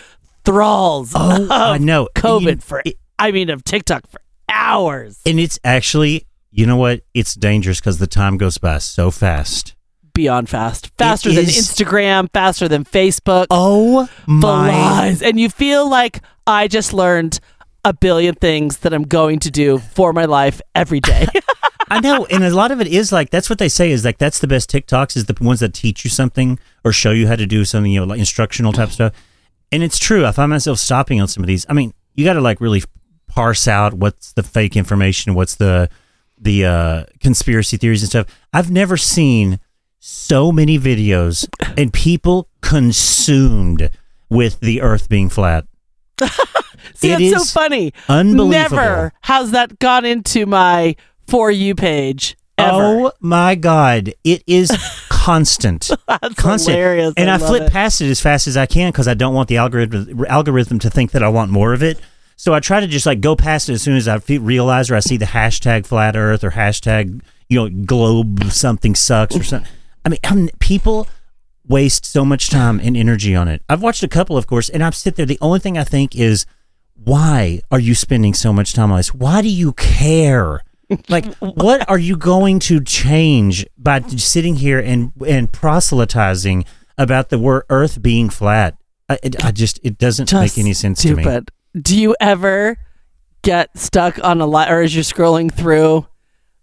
[SPEAKER 3] thralls.
[SPEAKER 2] Oh,
[SPEAKER 3] of
[SPEAKER 2] I know.
[SPEAKER 3] COVID
[SPEAKER 2] You-
[SPEAKER 3] for I mean of TikTok for hours.
[SPEAKER 2] and it's actually, you know what? It's dangerous because the time goes by so fast.
[SPEAKER 3] Beyond fast, faster than
[SPEAKER 2] is-
[SPEAKER 3] Instagram, faster than Facebook.
[SPEAKER 2] Oh
[SPEAKER 3] flies. And you feel like I just learned a billion things that I'm going to do for my life every day.
[SPEAKER 2] I know, and a lot of it is like that's what they say is like that's the best TikToks is the ones that teach you something or show you how to do something, you know, like instructional type stuff. And it's true. I find myself stopping on some of these. I mean, you got to like really parse out what's the fake information, what's the the uh, conspiracy theories and stuff. I've never seen so many videos and people consumed with the Earth being flat.
[SPEAKER 3] See,
[SPEAKER 2] It
[SPEAKER 3] it's so
[SPEAKER 2] is
[SPEAKER 3] funny.
[SPEAKER 2] unbelievable.
[SPEAKER 3] Never has that gone into my for you page ever.
[SPEAKER 2] Oh my God. It is constant.
[SPEAKER 3] That's
[SPEAKER 2] constant.
[SPEAKER 3] hilarious.
[SPEAKER 2] And I,
[SPEAKER 3] love
[SPEAKER 2] flip
[SPEAKER 3] it.
[SPEAKER 2] past it as fast as I can because I don't want the algorithm algorithm to think that I want more of it. So I try to just like go past it as soon as I fe- realize or I see the hashtag flat Earth or hashtag you know globe something sucks or something. I mean, I'm, people waste so much time and energy on it. I've watched a couple, of course, and I sit there. The only thing I think is, why are you spending so much time on this? Why do you care? Like, what are you going to change by sitting here and and proselytizing about the word Earth being flat? I, it, I just it doesn't
[SPEAKER 3] Just
[SPEAKER 2] make any sense to me.
[SPEAKER 3] stupid. Do you ever get stuck on a live, or as you're scrolling through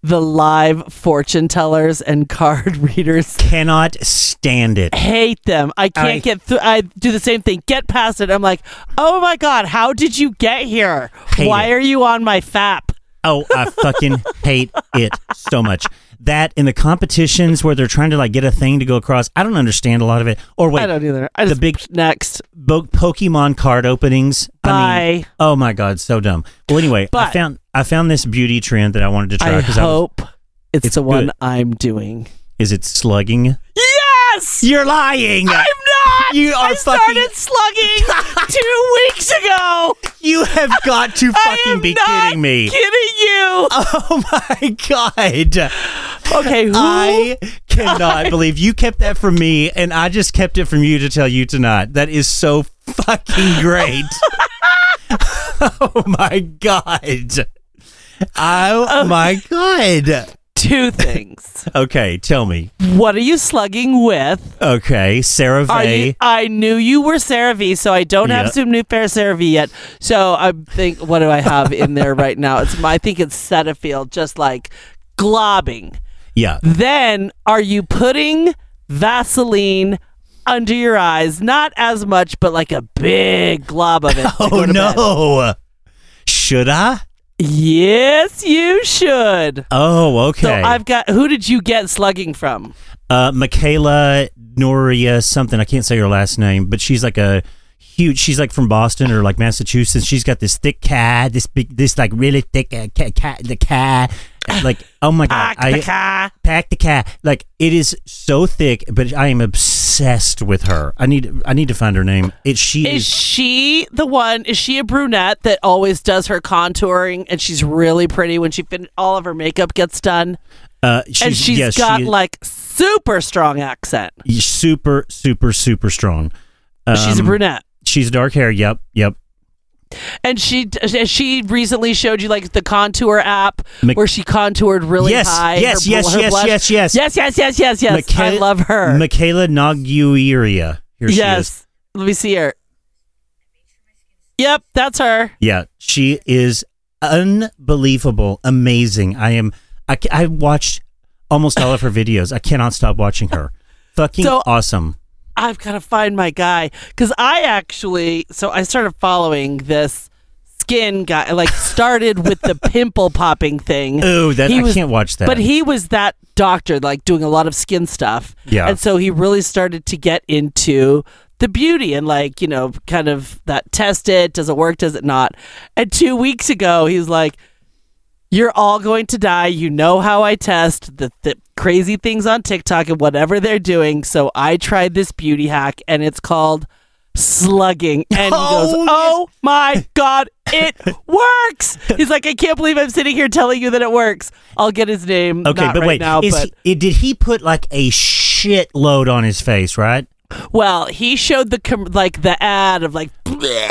[SPEAKER 3] the live fortune tellers and card readers?
[SPEAKER 2] Cannot stand it.
[SPEAKER 3] hate them. I can't
[SPEAKER 2] I-
[SPEAKER 3] get through. I do the same thing. Get past it. I'm like, oh my god, how did you get here?
[SPEAKER 2] Hate
[SPEAKER 3] Why
[SPEAKER 2] it.
[SPEAKER 3] are you on my FAP?
[SPEAKER 2] Oh, I fucking hate it so much. That in the competitions where they're trying to like get a thing to go across, I don't understand a lot of it. Or wait,
[SPEAKER 3] I don't either. I
[SPEAKER 2] the
[SPEAKER 3] just,
[SPEAKER 2] big-
[SPEAKER 3] next.
[SPEAKER 2] bo- Pokemon card openings. I mean,
[SPEAKER 3] Bye.
[SPEAKER 2] oh my god, so dumb. Well, anyway, I
[SPEAKER 3] But-
[SPEAKER 2] found I found this beauty trend that I wanted to try
[SPEAKER 3] I
[SPEAKER 2] because I, was,
[SPEAKER 3] hope it's,
[SPEAKER 2] It's
[SPEAKER 3] the one
[SPEAKER 2] good.
[SPEAKER 3] I'm doing.
[SPEAKER 2] is it slugging?
[SPEAKER 3] Yes,
[SPEAKER 2] You're lying. I'm
[SPEAKER 3] not.
[SPEAKER 2] You are
[SPEAKER 3] I
[SPEAKER 2] fucking.
[SPEAKER 3] started slugging two weeks ago.
[SPEAKER 2] You have got to
[SPEAKER 3] I
[SPEAKER 2] fucking
[SPEAKER 3] am
[SPEAKER 2] be
[SPEAKER 3] not
[SPEAKER 2] kidding me.
[SPEAKER 3] Kidding you?
[SPEAKER 2] Oh my god.
[SPEAKER 3] Okay, who?
[SPEAKER 2] I cannot believe you kept that from me, and I just kept it from you to tell you tonight. That is so fucking great. oh my god. Oh my god.
[SPEAKER 3] two things.
[SPEAKER 2] Okay, tell me.
[SPEAKER 3] what are you slugging with?
[SPEAKER 2] Okay, Sarah
[SPEAKER 3] Are
[SPEAKER 2] Vay.
[SPEAKER 3] you- I knew you were Sarah V, so I don't
[SPEAKER 2] Yeah.
[SPEAKER 3] have some new fair Sarah V yet. So I think, what do I have in there right now? It's I think it's Cetaphil, just like globbing.
[SPEAKER 2] yeah.
[SPEAKER 3] Then are you putting Vaseline under your eyes? Not as much, but like a big glob of it. to
[SPEAKER 2] Oh
[SPEAKER 3] go to bed.
[SPEAKER 2] no. Should I?
[SPEAKER 3] Yes, you should.
[SPEAKER 2] Oh,
[SPEAKER 3] So
[SPEAKER 2] okay.
[SPEAKER 3] I've got. Who did you get slugging from?
[SPEAKER 2] uh, Michaela Noria something. I can't say her last name, but she's like a huge. She's like from Boston or like Massachusetts. She's got this thick cat, this big, this like really thick uh, cat, cat, the cat. Like oh my god, I,
[SPEAKER 3] Aka.
[SPEAKER 2] pack the cat. Like it is so thick, but I am obsessed with her. I need, I need to find her name. It she
[SPEAKER 3] Is she the one? Is she a brunette that always does her contouring and she's really pretty when she fin- all of her makeup gets done?
[SPEAKER 2] uh, she's,
[SPEAKER 3] and she's
[SPEAKER 2] yes, she
[SPEAKER 3] got
[SPEAKER 2] is
[SPEAKER 3] like super strong accent.
[SPEAKER 2] super, super, super strong.
[SPEAKER 3] she's a
[SPEAKER 2] Um,
[SPEAKER 3] brunette.
[SPEAKER 2] She's dark hair. Yep, yep.
[SPEAKER 3] And she d- she recently showed you like the contour app
[SPEAKER 2] Mc-
[SPEAKER 3] where she contoured really
[SPEAKER 2] Yes,
[SPEAKER 3] high.
[SPEAKER 2] yes,
[SPEAKER 3] her bl-
[SPEAKER 2] yes,
[SPEAKER 3] her
[SPEAKER 2] yes,
[SPEAKER 3] blush.
[SPEAKER 2] yes, yes.
[SPEAKER 3] yes, yes, yes, yes, yes. I
[SPEAKER 2] Michaela-
[SPEAKER 3] love her.
[SPEAKER 2] Michaela Nogueira. Here she is.
[SPEAKER 3] yes, let me see her. Yep, that's her.
[SPEAKER 2] Yeah, she is unbelievable, amazing. I am. I, ca- I watched almost all of her videos. I cannot stop watching her. Fucking
[SPEAKER 3] So-
[SPEAKER 2] awesome.
[SPEAKER 3] I've got to find my guy because I actually so I started following this skin guy. Like started with the pimple popping thing.
[SPEAKER 2] Oh, that
[SPEAKER 3] He
[SPEAKER 2] I
[SPEAKER 3] was-
[SPEAKER 2] can't watch that.
[SPEAKER 3] But he was that doctor, like doing a lot of skin stuff.
[SPEAKER 2] Yeah.
[SPEAKER 3] And so he really started to get into the beauty and like you know kind of that test it does it work does it not and two weeks ago he's like you're all going to die you know how i test the, the crazy things on tiktok and whatever they're doing so i tried this beauty hack and it's called slugging and he goes oh my god it works he's like i can't believe i'm sitting here telling you that it works i'll get his name
[SPEAKER 2] Okay,
[SPEAKER 3] not
[SPEAKER 2] but
[SPEAKER 3] right
[SPEAKER 2] wait,
[SPEAKER 3] now
[SPEAKER 2] is
[SPEAKER 3] but
[SPEAKER 2] he, did he put like a shitload on his face? Right,
[SPEAKER 3] Well, he showed the com- like the ad of like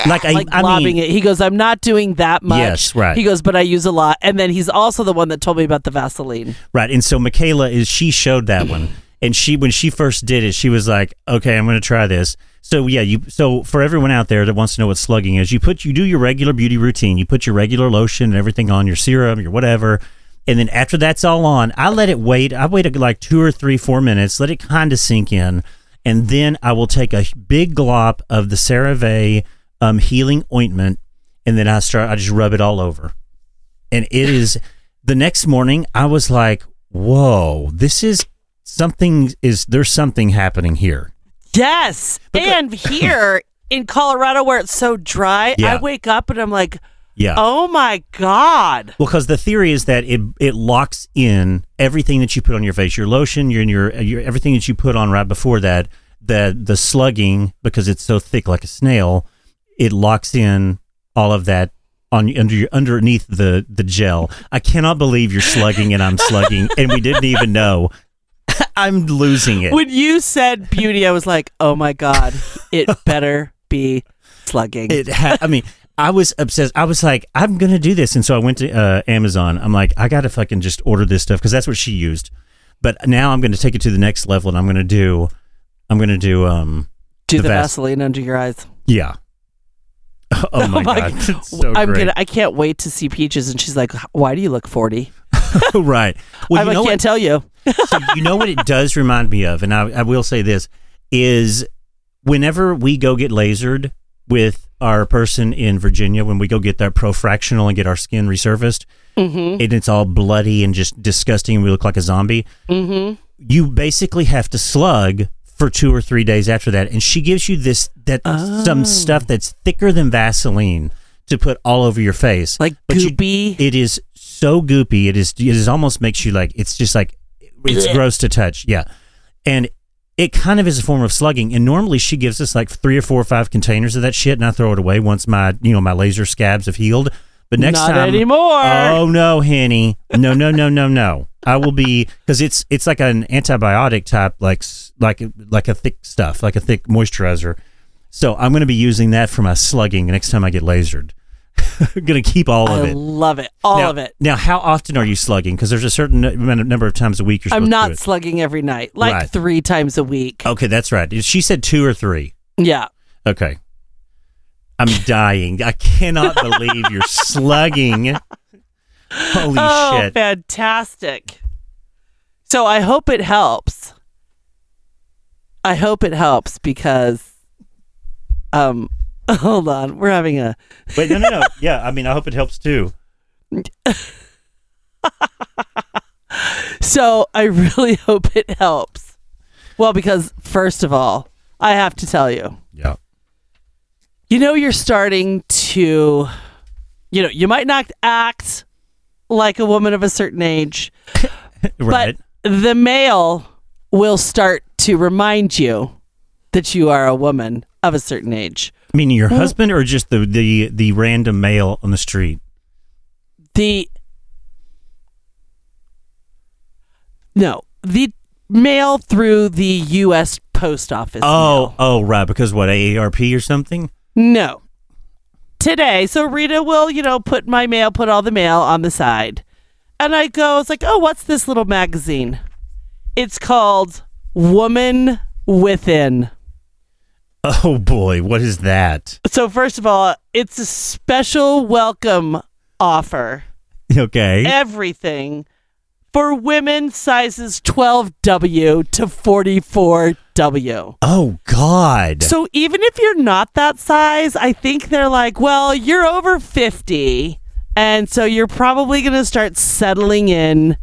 [SPEAKER 2] like, a,
[SPEAKER 3] like
[SPEAKER 2] I
[SPEAKER 3] lobbing
[SPEAKER 2] mean,
[SPEAKER 3] it. He goes, "I'm not doing that much."
[SPEAKER 2] Yes, right.
[SPEAKER 3] He goes, "But I use a lot." And then he's also the one that told me about the Vaseline.
[SPEAKER 2] Right. And so Michaela is she showed that one. And she when she first did it, she was like, Okay, I'm gonna try this. So yeah, you so for everyone out there that wants to know what slugging is, you put you do your regular beauty routine. You put your regular lotion and everything on, your serum, your whatever. And then after that's all on, I let it wait. I wait like two or three, four minutes, let it kinda sink in, and then I will take a big glop of the CeraVe um, healing ointment and then I start I just rub it all over and it is the next morning i was like whoa this is something is there's something happening here
[SPEAKER 3] Yes, and here in Colorado where it's so dry,
[SPEAKER 2] Yeah.
[SPEAKER 3] I wake up and I'm like,
[SPEAKER 2] yeah
[SPEAKER 3] "Oh my god!"
[SPEAKER 2] because the theory is that it it locks in everything that you put on your face your lotion your your, your everything that you put on right before that the the slugging because it's so thick like a snail it locks in all of that on under your underneath the the gel i cannot believe you're slugging and i'm slugging and we didn't even know i'm losing it
[SPEAKER 3] When you said beauty, I was like, "Oh my god, it better be slugging."
[SPEAKER 2] it ha- i mean i was obsessed i was like i'm gonna do this and so i went to uh, amazon i'm like i gotta fucking just order this stuff because that's what she used but now i'm gonna take it to the next level and i'm gonna do i'm gonna do um
[SPEAKER 3] Do
[SPEAKER 2] the
[SPEAKER 3] the
[SPEAKER 2] Vas-
[SPEAKER 3] Vaseline under your eyes.
[SPEAKER 2] yeah oh, my god it's so
[SPEAKER 3] I'm
[SPEAKER 2] great.
[SPEAKER 3] gonna. I can't wait to see Peaches, and she's like, "Why do you look 40?
[SPEAKER 2] right well
[SPEAKER 3] I'm
[SPEAKER 2] you know
[SPEAKER 3] like, can't
[SPEAKER 2] what
[SPEAKER 3] tell you.
[SPEAKER 2] so you know what it does remind me of, and I, I will say this is whenever we go get lasered with our person in Virginia, when we go get that profractional and get our skin resurfaced,
[SPEAKER 3] Mm-hmm.
[SPEAKER 2] and it's all bloody and just disgusting, and we look like a zombie.
[SPEAKER 3] Mm-hmm.
[SPEAKER 2] You basically have to slug for two or three days after that, and she gives you this that
[SPEAKER 3] Oh.
[SPEAKER 2] some stuff that's thicker than Vaseline to put all over your face,
[SPEAKER 3] Like
[SPEAKER 2] But you-
[SPEAKER 3] goopy.
[SPEAKER 2] it is so goopy. It is. It is almost makes you like. It's just like. It's gross to touch. Yeah, and it kind of is a form of slugging. And normally she gives us like three or four or five containers of that shit, and I throw it away once my you know my laser scabs have healed. But next
[SPEAKER 3] Not
[SPEAKER 2] time
[SPEAKER 3] anymore.
[SPEAKER 2] Oh no, Henny. No, no, no, no, no. I will be because it's it's like an antibiotic type, like s- like like a thick stuff, like a thick moisturizer. So I'm going to be using that for my slugging next time I get lasered. I'm going to keep all
[SPEAKER 3] I
[SPEAKER 2] of it.
[SPEAKER 3] love it. All
[SPEAKER 2] now,
[SPEAKER 3] of it.
[SPEAKER 2] Now, how often are you slugging? Because there's a certain n- amount of- number of times a week you're supposed
[SPEAKER 3] I'm
[SPEAKER 2] to
[SPEAKER 3] not
[SPEAKER 2] do it.
[SPEAKER 3] slugging every night, like
[SPEAKER 2] Right. Oh.
[SPEAKER 3] three times a week.
[SPEAKER 2] Okay, that's right. She said two or three.
[SPEAKER 3] Yeah.
[SPEAKER 2] Okay. I'm dying. I cannot believe you're slugging. Holy
[SPEAKER 3] oh,
[SPEAKER 2] shit.
[SPEAKER 3] fantastic. So I hope it helps. I hope it helps because, um, hold on, we're having a
[SPEAKER 2] Wait, no, no, no. Yeah, I mean, I hope it helps too.
[SPEAKER 3] So I really hope it helps. Well, because first of all, I have to tell you,
[SPEAKER 2] Yeah.
[SPEAKER 3] you know, you're starting to, you know, you might not act like a woman of a certain age,
[SPEAKER 2] Right.
[SPEAKER 3] but the male will start to remind you that you are a woman of a certain age.
[SPEAKER 2] Meaning
[SPEAKER 3] Mm.
[SPEAKER 2] your husband or just the, the, the random male on the street?
[SPEAKER 3] The no, the mail through the U.S. post office.
[SPEAKER 2] Oh, oh, right. Because what, AARP or something?
[SPEAKER 3] No. Today, so Rita will, you know, put my mail, put all the mail on the side. And I go, it's like, oh, what's this little magazine? It's called Woman Within.
[SPEAKER 2] Oh, boy. What is that?
[SPEAKER 3] So, first of all, it's a special welcome offer.
[SPEAKER 2] Okay.
[SPEAKER 3] Eh. Everything for women sizes 12W to 44W.
[SPEAKER 2] oh, God.
[SPEAKER 3] So even if you're not that size, I think they're like, well, you're over 50. And so you're probably going to start settling in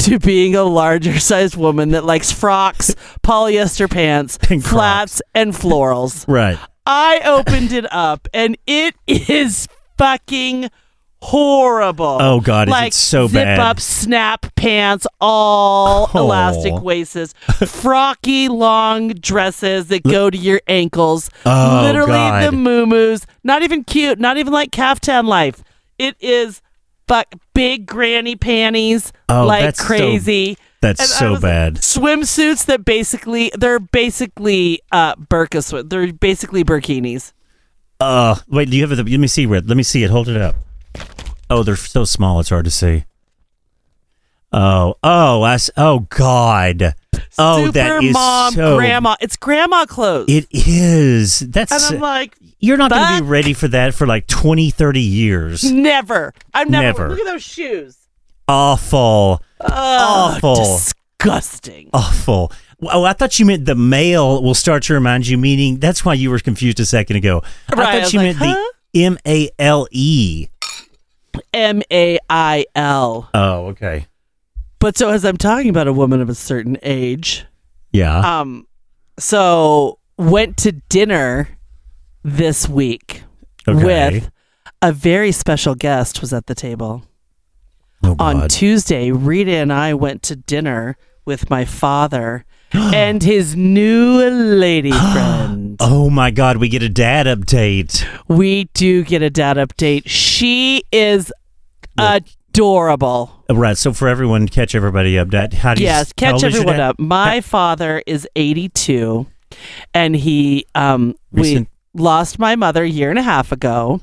[SPEAKER 3] to being a larger sized woman that likes frocks, polyester pants,
[SPEAKER 2] Pink frocks.
[SPEAKER 3] flats, and florals.
[SPEAKER 2] Right.
[SPEAKER 3] I opened it up and it is fucking horrible.
[SPEAKER 2] Oh, God, is it
[SPEAKER 3] like,
[SPEAKER 2] so
[SPEAKER 3] zip
[SPEAKER 2] bad.
[SPEAKER 3] up, snap pants, all
[SPEAKER 2] Oh.
[SPEAKER 3] elastic waists, frocky long dresses that go to your ankles.
[SPEAKER 2] Oh,
[SPEAKER 3] Literally the
[SPEAKER 2] God.
[SPEAKER 3] moo-moos. Not even cute. Not even like caftan life. It is fuck big granny panties
[SPEAKER 2] Oh,
[SPEAKER 3] like
[SPEAKER 2] that's so-
[SPEAKER 3] crazy.
[SPEAKER 2] That's
[SPEAKER 3] And I
[SPEAKER 2] so
[SPEAKER 3] was-
[SPEAKER 2] bad.
[SPEAKER 3] Swimsuits that basically they're basically uh burka swi- they're basically burkinis.
[SPEAKER 2] Uh, wait. Do you have it? Let me see. Red. Let me see it. Hold it up. Oh, they're so small. It's hard to see. Oh, oh, I s oh, God. Oh,
[SPEAKER 3] Super
[SPEAKER 2] that is
[SPEAKER 3] mom,
[SPEAKER 2] so.
[SPEAKER 3] grandma. It's grandma clothes.
[SPEAKER 2] It is. That's. uh,
[SPEAKER 3] and I'm like,
[SPEAKER 2] you're not going to be
[SPEAKER 3] "Fuck."
[SPEAKER 2] ready for that for like 20, 30 years.
[SPEAKER 3] never. I'm never,
[SPEAKER 2] Never.
[SPEAKER 3] look at those shoes.
[SPEAKER 2] Awful.
[SPEAKER 3] Ugh,
[SPEAKER 2] Awful.
[SPEAKER 3] Disgusting.
[SPEAKER 2] awful. Oh, I thought you meant the mail will start to remind you, meaning that's why you were confused a second ago.
[SPEAKER 3] Right,
[SPEAKER 2] I
[SPEAKER 3] I
[SPEAKER 2] thought
[SPEAKER 3] was
[SPEAKER 2] you
[SPEAKER 3] like,
[SPEAKER 2] meant the M A L E.
[SPEAKER 3] M A I L.
[SPEAKER 2] Oh, okay.
[SPEAKER 3] But so as I'm talking about a woman of a certain age,
[SPEAKER 2] Yeah.
[SPEAKER 3] um so went to dinner this week
[SPEAKER 2] okay.
[SPEAKER 3] with a very special guest was at the table.
[SPEAKER 2] oh,
[SPEAKER 3] on
[SPEAKER 2] God.
[SPEAKER 3] Tuesday, Rita and I went to dinner with my father and his new lady friend.
[SPEAKER 2] oh my God, we get a dad update.
[SPEAKER 3] We do get a dad update. She is
[SPEAKER 2] Uh,
[SPEAKER 3] adorable.
[SPEAKER 2] Right. So for everyone, catch everybody up. Dad, how do you
[SPEAKER 3] Yes,
[SPEAKER 2] how old
[SPEAKER 3] catch
[SPEAKER 2] is your
[SPEAKER 3] everyone
[SPEAKER 2] dad?
[SPEAKER 3] up. My father is 82 and he um
[SPEAKER 2] Recent-
[SPEAKER 3] we lost my mother a year and a half ago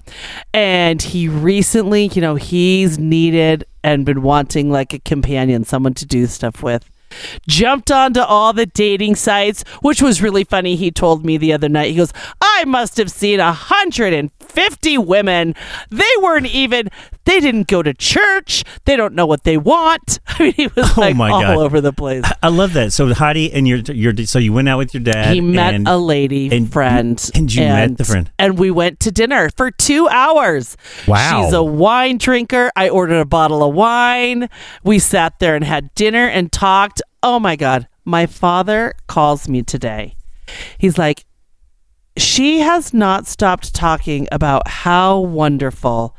[SPEAKER 3] and he recently, you know, he's needed and been wanting like a companion, someone to do stuff with. Jumped onto all the dating sites, which was really funny. He told me the other night, he goes, I must have seen 150 women. They weren't even, they didn't go to church. They don't know what they want. I mean, he was like
[SPEAKER 2] Oh my
[SPEAKER 3] all
[SPEAKER 2] God.
[SPEAKER 3] over the place.
[SPEAKER 2] I love that. So Heidi and your your so you went out with your dad.
[SPEAKER 3] He met
[SPEAKER 2] and,
[SPEAKER 3] a lady
[SPEAKER 2] and-
[SPEAKER 3] friend.
[SPEAKER 2] and you met the friend.
[SPEAKER 3] And we went to dinner for two hours.
[SPEAKER 2] Wow.
[SPEAKER 3] She's a wine drinker. I ordered a bottle of wine. We sat there and had dinner and talked. Oh my God. My father calls me today. He's like, she has not stopped talking about how wonderful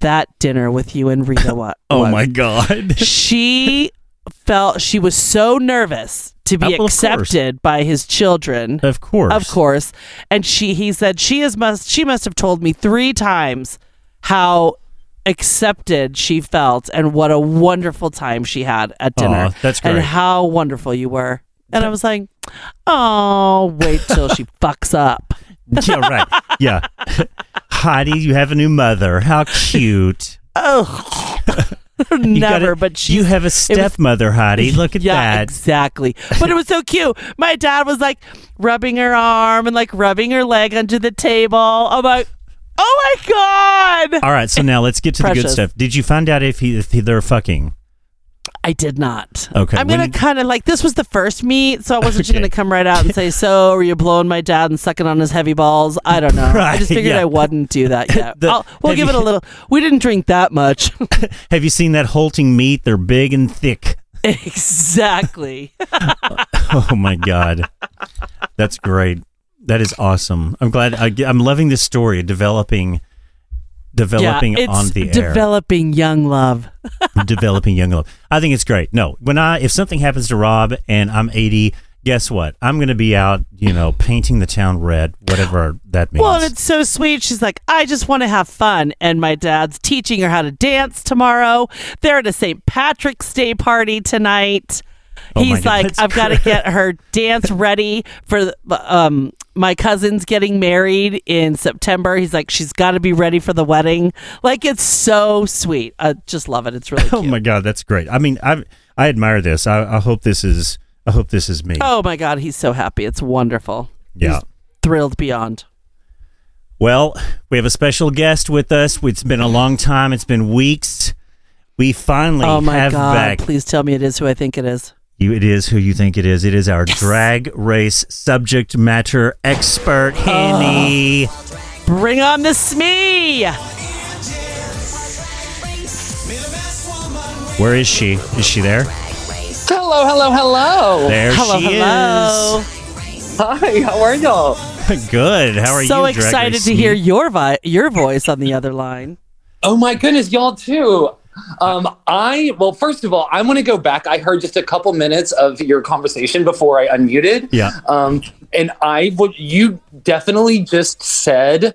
[SPEAKER 3] that dinner with you and Rita wa- was.
[SPEAKER 2] Oh my God.
[SPEAKER 3] She felt she was so nervous to
[SPEAKER 2] Oh,
[SPEAKER 3] be
[SPEAKER 2] well, of course.
[SPEAKER 3] accepted by his children.
[SPEAKER 2] of course.
[SPEAKER 3] Of course. And she he said she is must she must have told me three times how accepted she felt and what a wonderful time she had at dinner.
[SPEAKER 2] Aw, that's
[SPEAKER 3] And
[SPEAKER 2] great.
[SPEAKER 3] how wonderful you were. And I was like, Oh, wait till she fucks up.
[SPEAKER 2] yeah. Right. Yeah. Heidi, you have a new mother. How cute.
[SPEAKER 3] Oh,
[SPEAKER 2] You
[SPEAKER 3] never,
[SPEAKER 2] gotta-
[SPEAKER 3] but she
[SPEAKER 2] you have a stepmother, Heidi. Look at
[SPEAKER 3] yeah,
[SPEAKER 2] that.
[SPEAKER 3] exactly. But it was so cute. My dad was like rubbing her arm and like rubbing her leg under the table. I'm like, oh my god!
[SPEAKER 2] All right, so now let's get to the good
[SPEAKER 3] Precious.
[SPEAKER 2] stuff. Did you find out if he if he, they're fucking?
[SPEAKER 3] I did not.
[SPEAKER 2] Okay,
[SPEAKER 3] I'm
[SPEAKER 2] when
[SPEAKER 3] gonna
[SPEAKER 2] did-
[SPEAKER 3] kind of like this was the first meet, so I wasn't just
[SPEAKER 2] Okay.
[SPEAKER 3] gonna come right out and say, "So, were you blowing my dad and sucking on his heavy balls?" I don't know. I just
[SPEAKER 2] Right,
[SPEAKER 3] figured
[SPEAKER 2] yeah.
[SPEAKER 3] I wouldn't do that yet.
[SPEAKER 2] The-
[SPEAKER 3] I'll, we'll
[SPEAKER 2] have
[SPEAKER 3] give
[SPEAKER 2] you-
[SPEAKER 3] it a little. We didn't drink that much.
[SPEAKER 2] Have you seen that halting meat? They're big and thick.
[SPEAKER 3] exactly.
[SPEAKER 2] Oh my god, that's great. That is awesome. I'm glad. I, am loving this story developing, developing
[SPEAKER 3] yeah, it's
[SPEAKER 2] on the air,
[SPEAKER 3] developing young love.
[SPEAKER 2] developing young love. I think it's great. No, when I if something happens to Rob and I'm 80, guess what? I'm gonna be out, you know, painting the town red, whatever that means.
[SPEAKER 3] Well, and it's so sweet. She's like, I just want to have fun. And my dad's teaching her how to dance tomorrow. They're at a St. Patrick's Day party tonight.
[SPEAKER 2] Oh my
[SPEAKER 3] He's
[SPEAKER 2] God,
[SPEAKER 3] like,
[SPEAKER 2] that's
[SPEAKER 3] I've got to get her dance ready for the- um, my cousin's getting married in September. He's like, she's got to be ready for the wedding. Like, it's so sweet. I just love it. It's really cute.
[SPEAKER 2] Oh my god, that's great. I mean, I I admire this. I, I hope this is I hope this is me.
[SPEAKER 3] Oh my God. He's so happy. It's wonderful.
[SPEAKER 2] yeah.
[SPEAKER 3] Thrilled beyond.
[SPEAKER 2] Well, we have a special guest with us. It's been a long time. It's been weeks. We finally
[SPEAKER 3] Oh my
[SPEAKER 2] have
[SPEAKER 3] God.
[SPEAKER 2] back.
[SPEAKER 3] Please tell me it is who I think it is.
[SPEAKER 2] You, it is who you think it is. It is our drag race subject matter expert,
[SPEAKER 3] Oh.
[SPEAKER 2] Henny.
[SPEAKER 3] Bring on the Smee.
[SPEAKER 2] Where is she? Is she there?
[SPEAKER 7] Hello, hello, hello.
[SPEAKER 2] There
[SPEAKER 3] hello,
[SPEAKER 2] she
[SPEAKER 3] hello.
[SPEAKER 7] Hi, how are y'all?
[SPEAKER 2] is. Good. How are
[SPEAKER 3] so
[SPEAKER 2] you? Drag Race
[SPEAKER 3] excited to
[SPEAKER 2] Sneak?
[SPEAKER 3] hear your vi- your voice on the other line.
[SPEAKER 7] Oh my goodness, y'all too. Um, I well, first of all, I want to go back. I heard just a couple minutes of your conversation before I unmuted.
[SPEAKER 2] Yeah.
[SPEAKER 7] Um, and I would you definitely just said,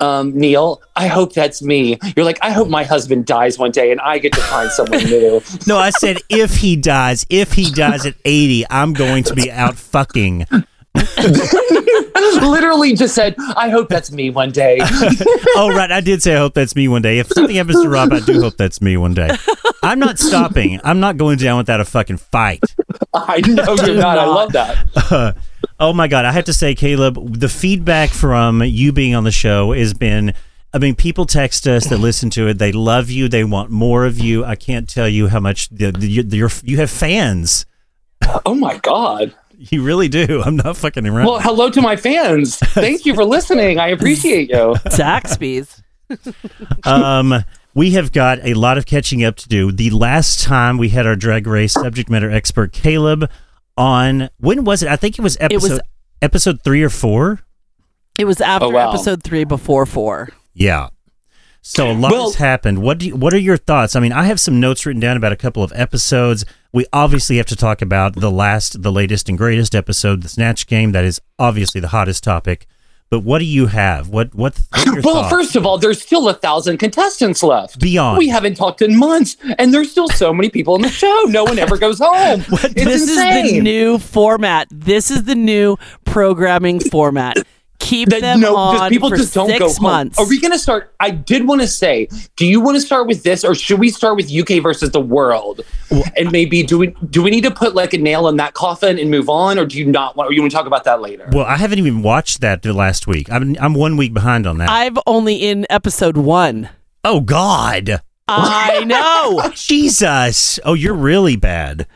[SPEAKER 7] um, Neil, I hope that's me. You're like, I hope my husband dies one day and I get to find someone new.
[SPEAKER 2] No, I said if he dies, if he dies at 80, I'm going to be out fucking.
[SPEAKER 7] Literally just said, I hope that's me one day.
[SPEAKER 2] Oh, right. I did say I hope that's me one day. If something happens to Rob, I do hope that's me one day. I'm not stopping. I'm not going down without a fucking fight.
[SPEAKER 7] I know you're not. I love that.
[SPEAKER 2] Oh my god, I have to say, Caleb, the feedback from you being on the show has been. I mean, people text us that listen to it. They love you. They want more of you. I can't tell you how much the, the, your, your, you have fans.
[SPEAKER 7] Oh my god.
[SPEAKER 2] You really do. I'm not fucking around.
[SPEAKER 7] Well, hello to my fans. Thank you for listening. I appreciate you.
[SPEAKER 3] Zaxby's.
[SPEAKER 2] um, we have got a lot of catching up to do. The last time we had our drag race subject matter expert Caleb on, when was it? I think it was episode
[SPEAKER 3] was-
[SPEAKER 2] episode three or four.
[SPEAKER 3] It was after
[SPEAKER 7] Oh, wow.
[SPEAKER 3] episode three, before four.
[SPEAKER 2] Yeah. So a lot
[SPEAKER 7] Well-
[SPEAKER 2] has happened. What do you, what are your thoughts? I mean, I have some notes written down about a couple of episodes. We obviously have to talk about the last, the latest, and greatest episode, the Snatch Game. That is obviously the hottest topic. But what do you have? What what? what are your
[SPEAKER 7] Well,
[SPEAKER 2] thoughts?
[SPEAKER 7] first of all, there's still a thousand contestants left.
[SPEAKER 2] Beyond.
[SPEAKER 7] We haven't talked in months, and there's still so many people in the show. No one ever goes home. It's
[SPEAKER 3] this
[SPEAKER 7] insane.
[SPEAKER 3] is the new format. This is the new programming format. Keep
[SPEAKER 7] that
[SPEAKER 3] them
[SPEAKER 7] no,
[SPEAKER 3] on
[SPEAKER 7] just, people
[SPEAKER 3] for
[SPEAKER 7] just don't
[SPEAKER 3] six
[SPEAKER 7] go home.
[SPEAKER 3] months.
[SPEAKER 7] Are we going to start? I did want to say, do you want to start with this, or should we start with UK versus the world? and maybe do we do we need to put like a nail in that coffin and move on, or do you not want? Or you want to talk about that later?
[SPEAKER 2] well, I haven't even watched that the last week. I'm I'm one week behind on that.
[SPEAKER 3] I've only in episode one.
[SPEAKER 2] oh God,
[SPEAKER 3] I know.
[SPEAKER 2] Jesus! Oh, you're really bad.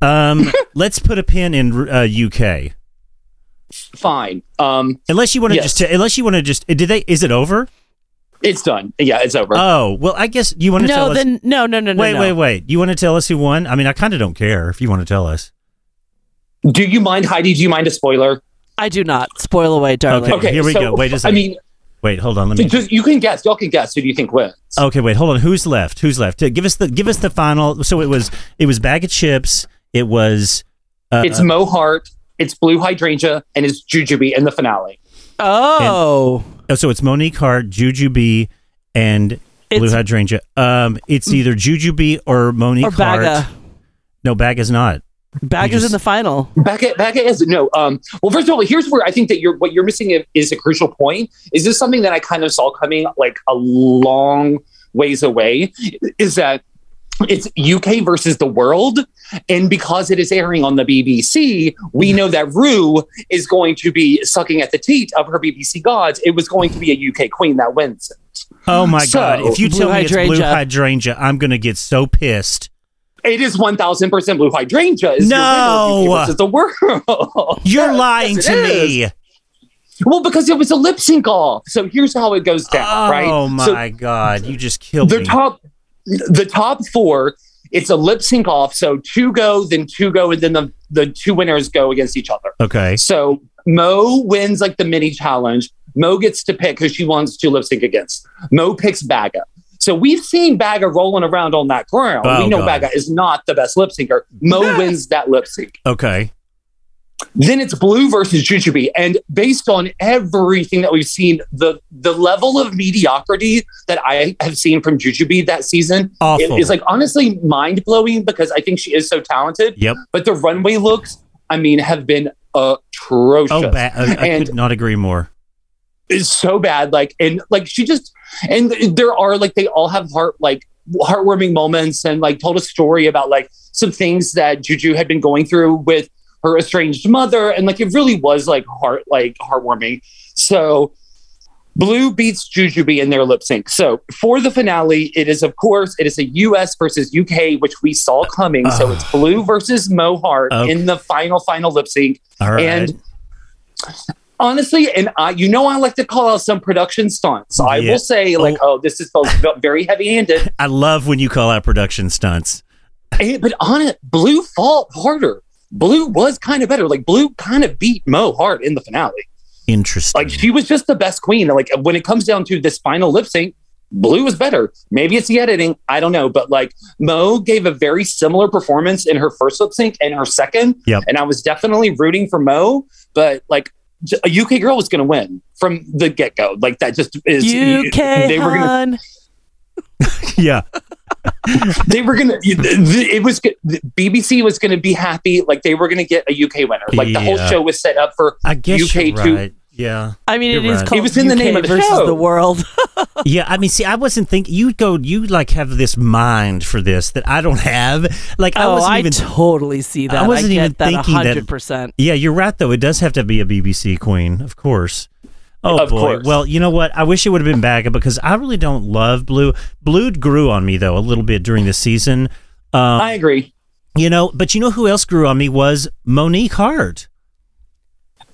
[SPEAKER 2] um, let's put a pin in uh, UK.
[SPEAKER 7] Fine. Um,
[SPEAKER 2] Unless you want to
[SPEAKER 7] Yes.
[SPEAKER 2] just, unless you want to just, eh, did they? Is it over?
[SPEAKER 7] it's done. Yeah, it's over.
[SPEAKER 2] Oh well, I guess you want to tell
[SPEAKER 3] No,
[SPEAKER 2] us.
[SPEAKER 3] then no, no, no, no.
[SPEAKER 2] wait,
[SPEAKER 3] no.
[SPEAKER 2] wait, wait. You want to tell us who won? I mean, I kind of don't care if you want to tell us.
[SPEAKER 7] do you mind, Heidi? Do you mind a spoiler?
[SPEAKER 3] I do not spoil away, darling.
[SPEAKER 2] Okay. here we
[SPEAKER 7] so,
[SPEAKER 2] go. Wait a
[SPEAKER 7] I
[SPEAKER 2] second. Mm.
[SPEAKER 7] mean,
[SPEAKER 2] Wait, hold on. Let me.
[SPEAKER 7] just, you can guess. Y'all can guess. Who do you think wins?
[SPEAKER 2] Okay, wait, hold on. Who's left? Who's left? Uh, Give us the give us the final. So it was it was bag of chips. It was uh,
[SPEAKER 7] it's
[SPEAKER 2] uh,
[SPEAKER 7] Mo Hart, it's Blue Hydrangea, and it's Jujubee in the finale.
[SPEAKER 3] Oh,
[SPEAKER 2] so it's Monique Hart, Juju B, and Blue
[SPEAKER 3] It's-
[SPEAKER 2] Hydrangea. Um, it's
[SPEAKER 7] Mm.
[SPEAKER 2] either Juju B or Monique
[SPEAKER 3] or Baga.
[SPEAKER 2] Hart. No, Bag is not.
[SPEAKER 3] Baga's
[SPEAKER 2] just-
[SPEAKER 3] in the final.
[SPEAKER 7] Becca, Becca is no. Um, well, first of all, here's where I think that you're what you're missing i- is a crucial point. Is this something that I kind of saw coming like a long ways away? Is that it's UK versus the world, and because it is airing on the BBC, we know that Rue is going to be sucking at the teat of her BBC gods. It was going to be a UK queen that wins.
[SPEAKER 2] Oh my
[SPEAKER 7] So,
[SPEAKER 2] god! If you
[SPEAKER 3] Blue
[SPEAKER 2] tell me it's Blue
[SPEAKER 3] Hydrangea.
[SPEAKER 2] Hydrangea, I'm gonna get so pissed.
[SPEAKER 7] It is one thousand percent blue hydrangea. Is your
[SPEAKER 2] No!
[SPEAKER 7] winner of the Universe of the world.
[SPEAKER 2] You're lying
[SPEAKER 7] yes,
[SPEAKER 2] to
[SPEAKER 7] it
[SPEAKER 2] me.
[SPEAKER 7] Well, because it was a lip sync off. So here's how it goes down,
[SPEAKER 2] oh
[SPEAKER 7] right?
[SPEAKER 2] my god! You just
[SPEAKER 7] So
[SPEAKER 2] killed
[SPEAKER 7] the
[SPEAKER 2] me.
[SPEAKER 7] top, the top four. It's a lip sync off. So two go, then two go, and then the the two winners go against each other.
[SPEAKER 2] okay.
[SPEAKER 7] So Mo wins like the mini challenge. Mo gets to pick who she wants to lip sync against. Mo picks Baga. So we've seen Baga rolling around on that ground.
[SPEAKER 2] Oh,
[SPEAKER 7] we know
[SPEAKER 2] God.
[SPEAKER 7] Baga is not the best lip syncer. Mo wins that lip sync.
[SPEAKER 2] Okay.
[SPEAKER 7] Then it's Blue versus Jujubee, and based on everything that we've seen, the the level of mediocrity that I have seen from Jujubee that season it
[SPEAKER 2] Awful.
[SPEAKER 7] is like honestly mind blowing because I think she is so talented.
[SPEAKER 2] Yep.
[SPEAKER 7] But the runway looks, I mean, have been atrocious.
[SPEAKER 2] Oh, ba- I, I
[SPEAKER 7] And-
[SPEAKER 2] could not agree more.
[SPEAKER 7] It's so bad. Like and like she just and there are like they all have heart like heartwarming moments and like told a story about like some things that Juju had been going through with her estranged mother and like it really was like heart like heartwarming. So Blue beats Jujubee in their lip sync. So for the finale, it is of course it is a US versus UK, which we saw coming. so it's Blue versus Mo Hart
[SPEAKER 2] Okay.
[SPEAKER 7] in the final final lip sync
[SPEAKER 2] All right.
[SPEAKER 7] and honestly, and I, you know, I like to call out some production stunts. I
[SPEAKER 2] Yeah.
[SPEAKER 7] will say, like, oh, this is both very heavy-handed.
[SPEAKER 2] I love when you call out production stunts.
[SPEAKER 7] Eh, but on it, Blue fought harder. Blue was kind of better. Like Blue kind of beat Mo hard in the finale.
[SPEAKER 2] Interesting.
[SPEAKER 7] Like she was just the best queen. Like when it comes down to this final lip sync, Blue was better. Maybe it's the editing. I don't know. But like Mo gave a very similar performance in her first lip sync and her second.
[SPEAKER 2] Yep.
[SPEAKER 7] And I was definitely rooting for Mo, but like j- a UK girl was going to win from the get go. Like that just is
[SPEAKER 3] UK
[SPEAKER 7] They were going to
[SPEAKER 3] hun.
[SPEAKER 2] yeah.
[SPEAKER 7] they were gonna th- th- it was g- the bbc was gonna be happy like they were gonna get a uk winner like the whole
[SPEAKER 2] Yeah.
[SPEAKER 7] show was set up for
[SPEAKER 2] I guess
[SPEAKER 7] UK
[SPEAKER 2] you're
[SPEAKER 7] too.
[SPEAKER 2] right. Yeah.
[SPEAKER 3] I mean, it
[SPEAKER 2] You're
[SPEAKER 3] is
[SPEAKER 2] right.
[SPEAKER 3] called
[SPEAKER 7] It was in the
[SPEAKER 3] UK
[SPEAKER 7] name of the
[SPEAKER 3] versus
[SPEAKER 7] show.
[SPEAKER 3] the world.
[SPEAKER 2] Yeah, I mean, see, I wasn't thinking. You go, you like have this mind for this that I don't have. Like I
[SPEAKER 3] oh,
[SPEAKER 2] wasn't
[SPEAKER 3] I
[SPEAKER 2] even.
[SPEAKER 3] totally see that.
[SPEAKER 2] I wasn't
[SPEAKER 3] get
[SPEAKER 2] even
[SPEAKER 3] that
[SPEAKER 2] thinking that-
[SPEAKER 3] 100%.
[SPEAKER 2] yeah, you're right though. It does have to be a BBC queen, of course. Oh
[SPEAKER 7] Of
[SPEAKER 2] boy.
[SPEAKER 7] course.
[SPEAKER 2] Well, you know what? I wish it would have been Baga because I really don't love Blue. Blue grew on me though a little bit during the season. Um,
[SPEAKER 7] i agree
[SPEAKER 2] you know, but you know who else grew on me was Monique Hart.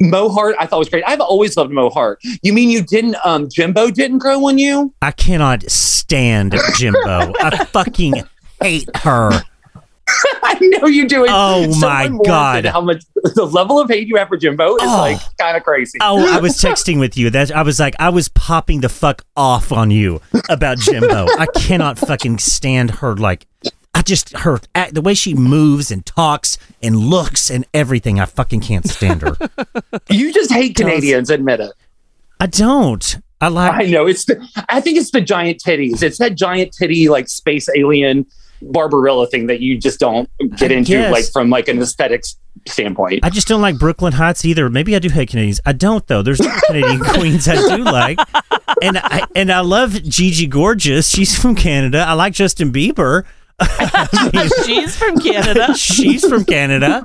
[SPEAKER 7] mo hart i thought was great i've always loved mo hart you mean you didn't um jimbo didn't grow on you
[SPEAKER 2] I cannot stand Jimbo. I fucking hate her.
[SPEAKER 7] i know you do It's-
[SPEAKER 2] Oh,
[SPEAKER 7] someone
[SPEAKER 2] my
[SPEAKER 7] warranted
[SPEAKER 2] God.
[SPEAKER 7] how much the level of hate you have for jimbo is
[SPEAKER 2] Oh.
[SPEAKER 7] like kind of crazy
[SPEAKER 2] Oh, I was texting with you. That I was like, I was popping the fuck off on you about Jimbo. I cannot fucking stand her. Like, I just her act, the way she moves and talks and looks and everything. I fucking can't stand her.
[SPEAKER 7] you just hate canadians admit it
[SPEAKER 2] I don't. I
[SPEAKER 7] I
[SPEAKER 2] like.
[SPEAKER 7] know it's. The, I think it's the giant titties. It's that giant titty like space alien Barbarella thing that you just don't get
[SPEAKER 2] I
[SPEAKER 7] into
[SPEAKER 2] guess.
[SPEAKER 7] like from like an aesthetics standpoint.
[SPEAKER 2] I just don't like Brooklyn Heights either. Maybe I do hate Canadians. I don't though. There's other Canadian queens I do like, and I and I love Gigi Gorgeous. She's from Canada. I like Justin Bieber. I mean,
[SPEAKER 3] Oh, She's from Canada.
[SPEAKER 2] she's from Canada.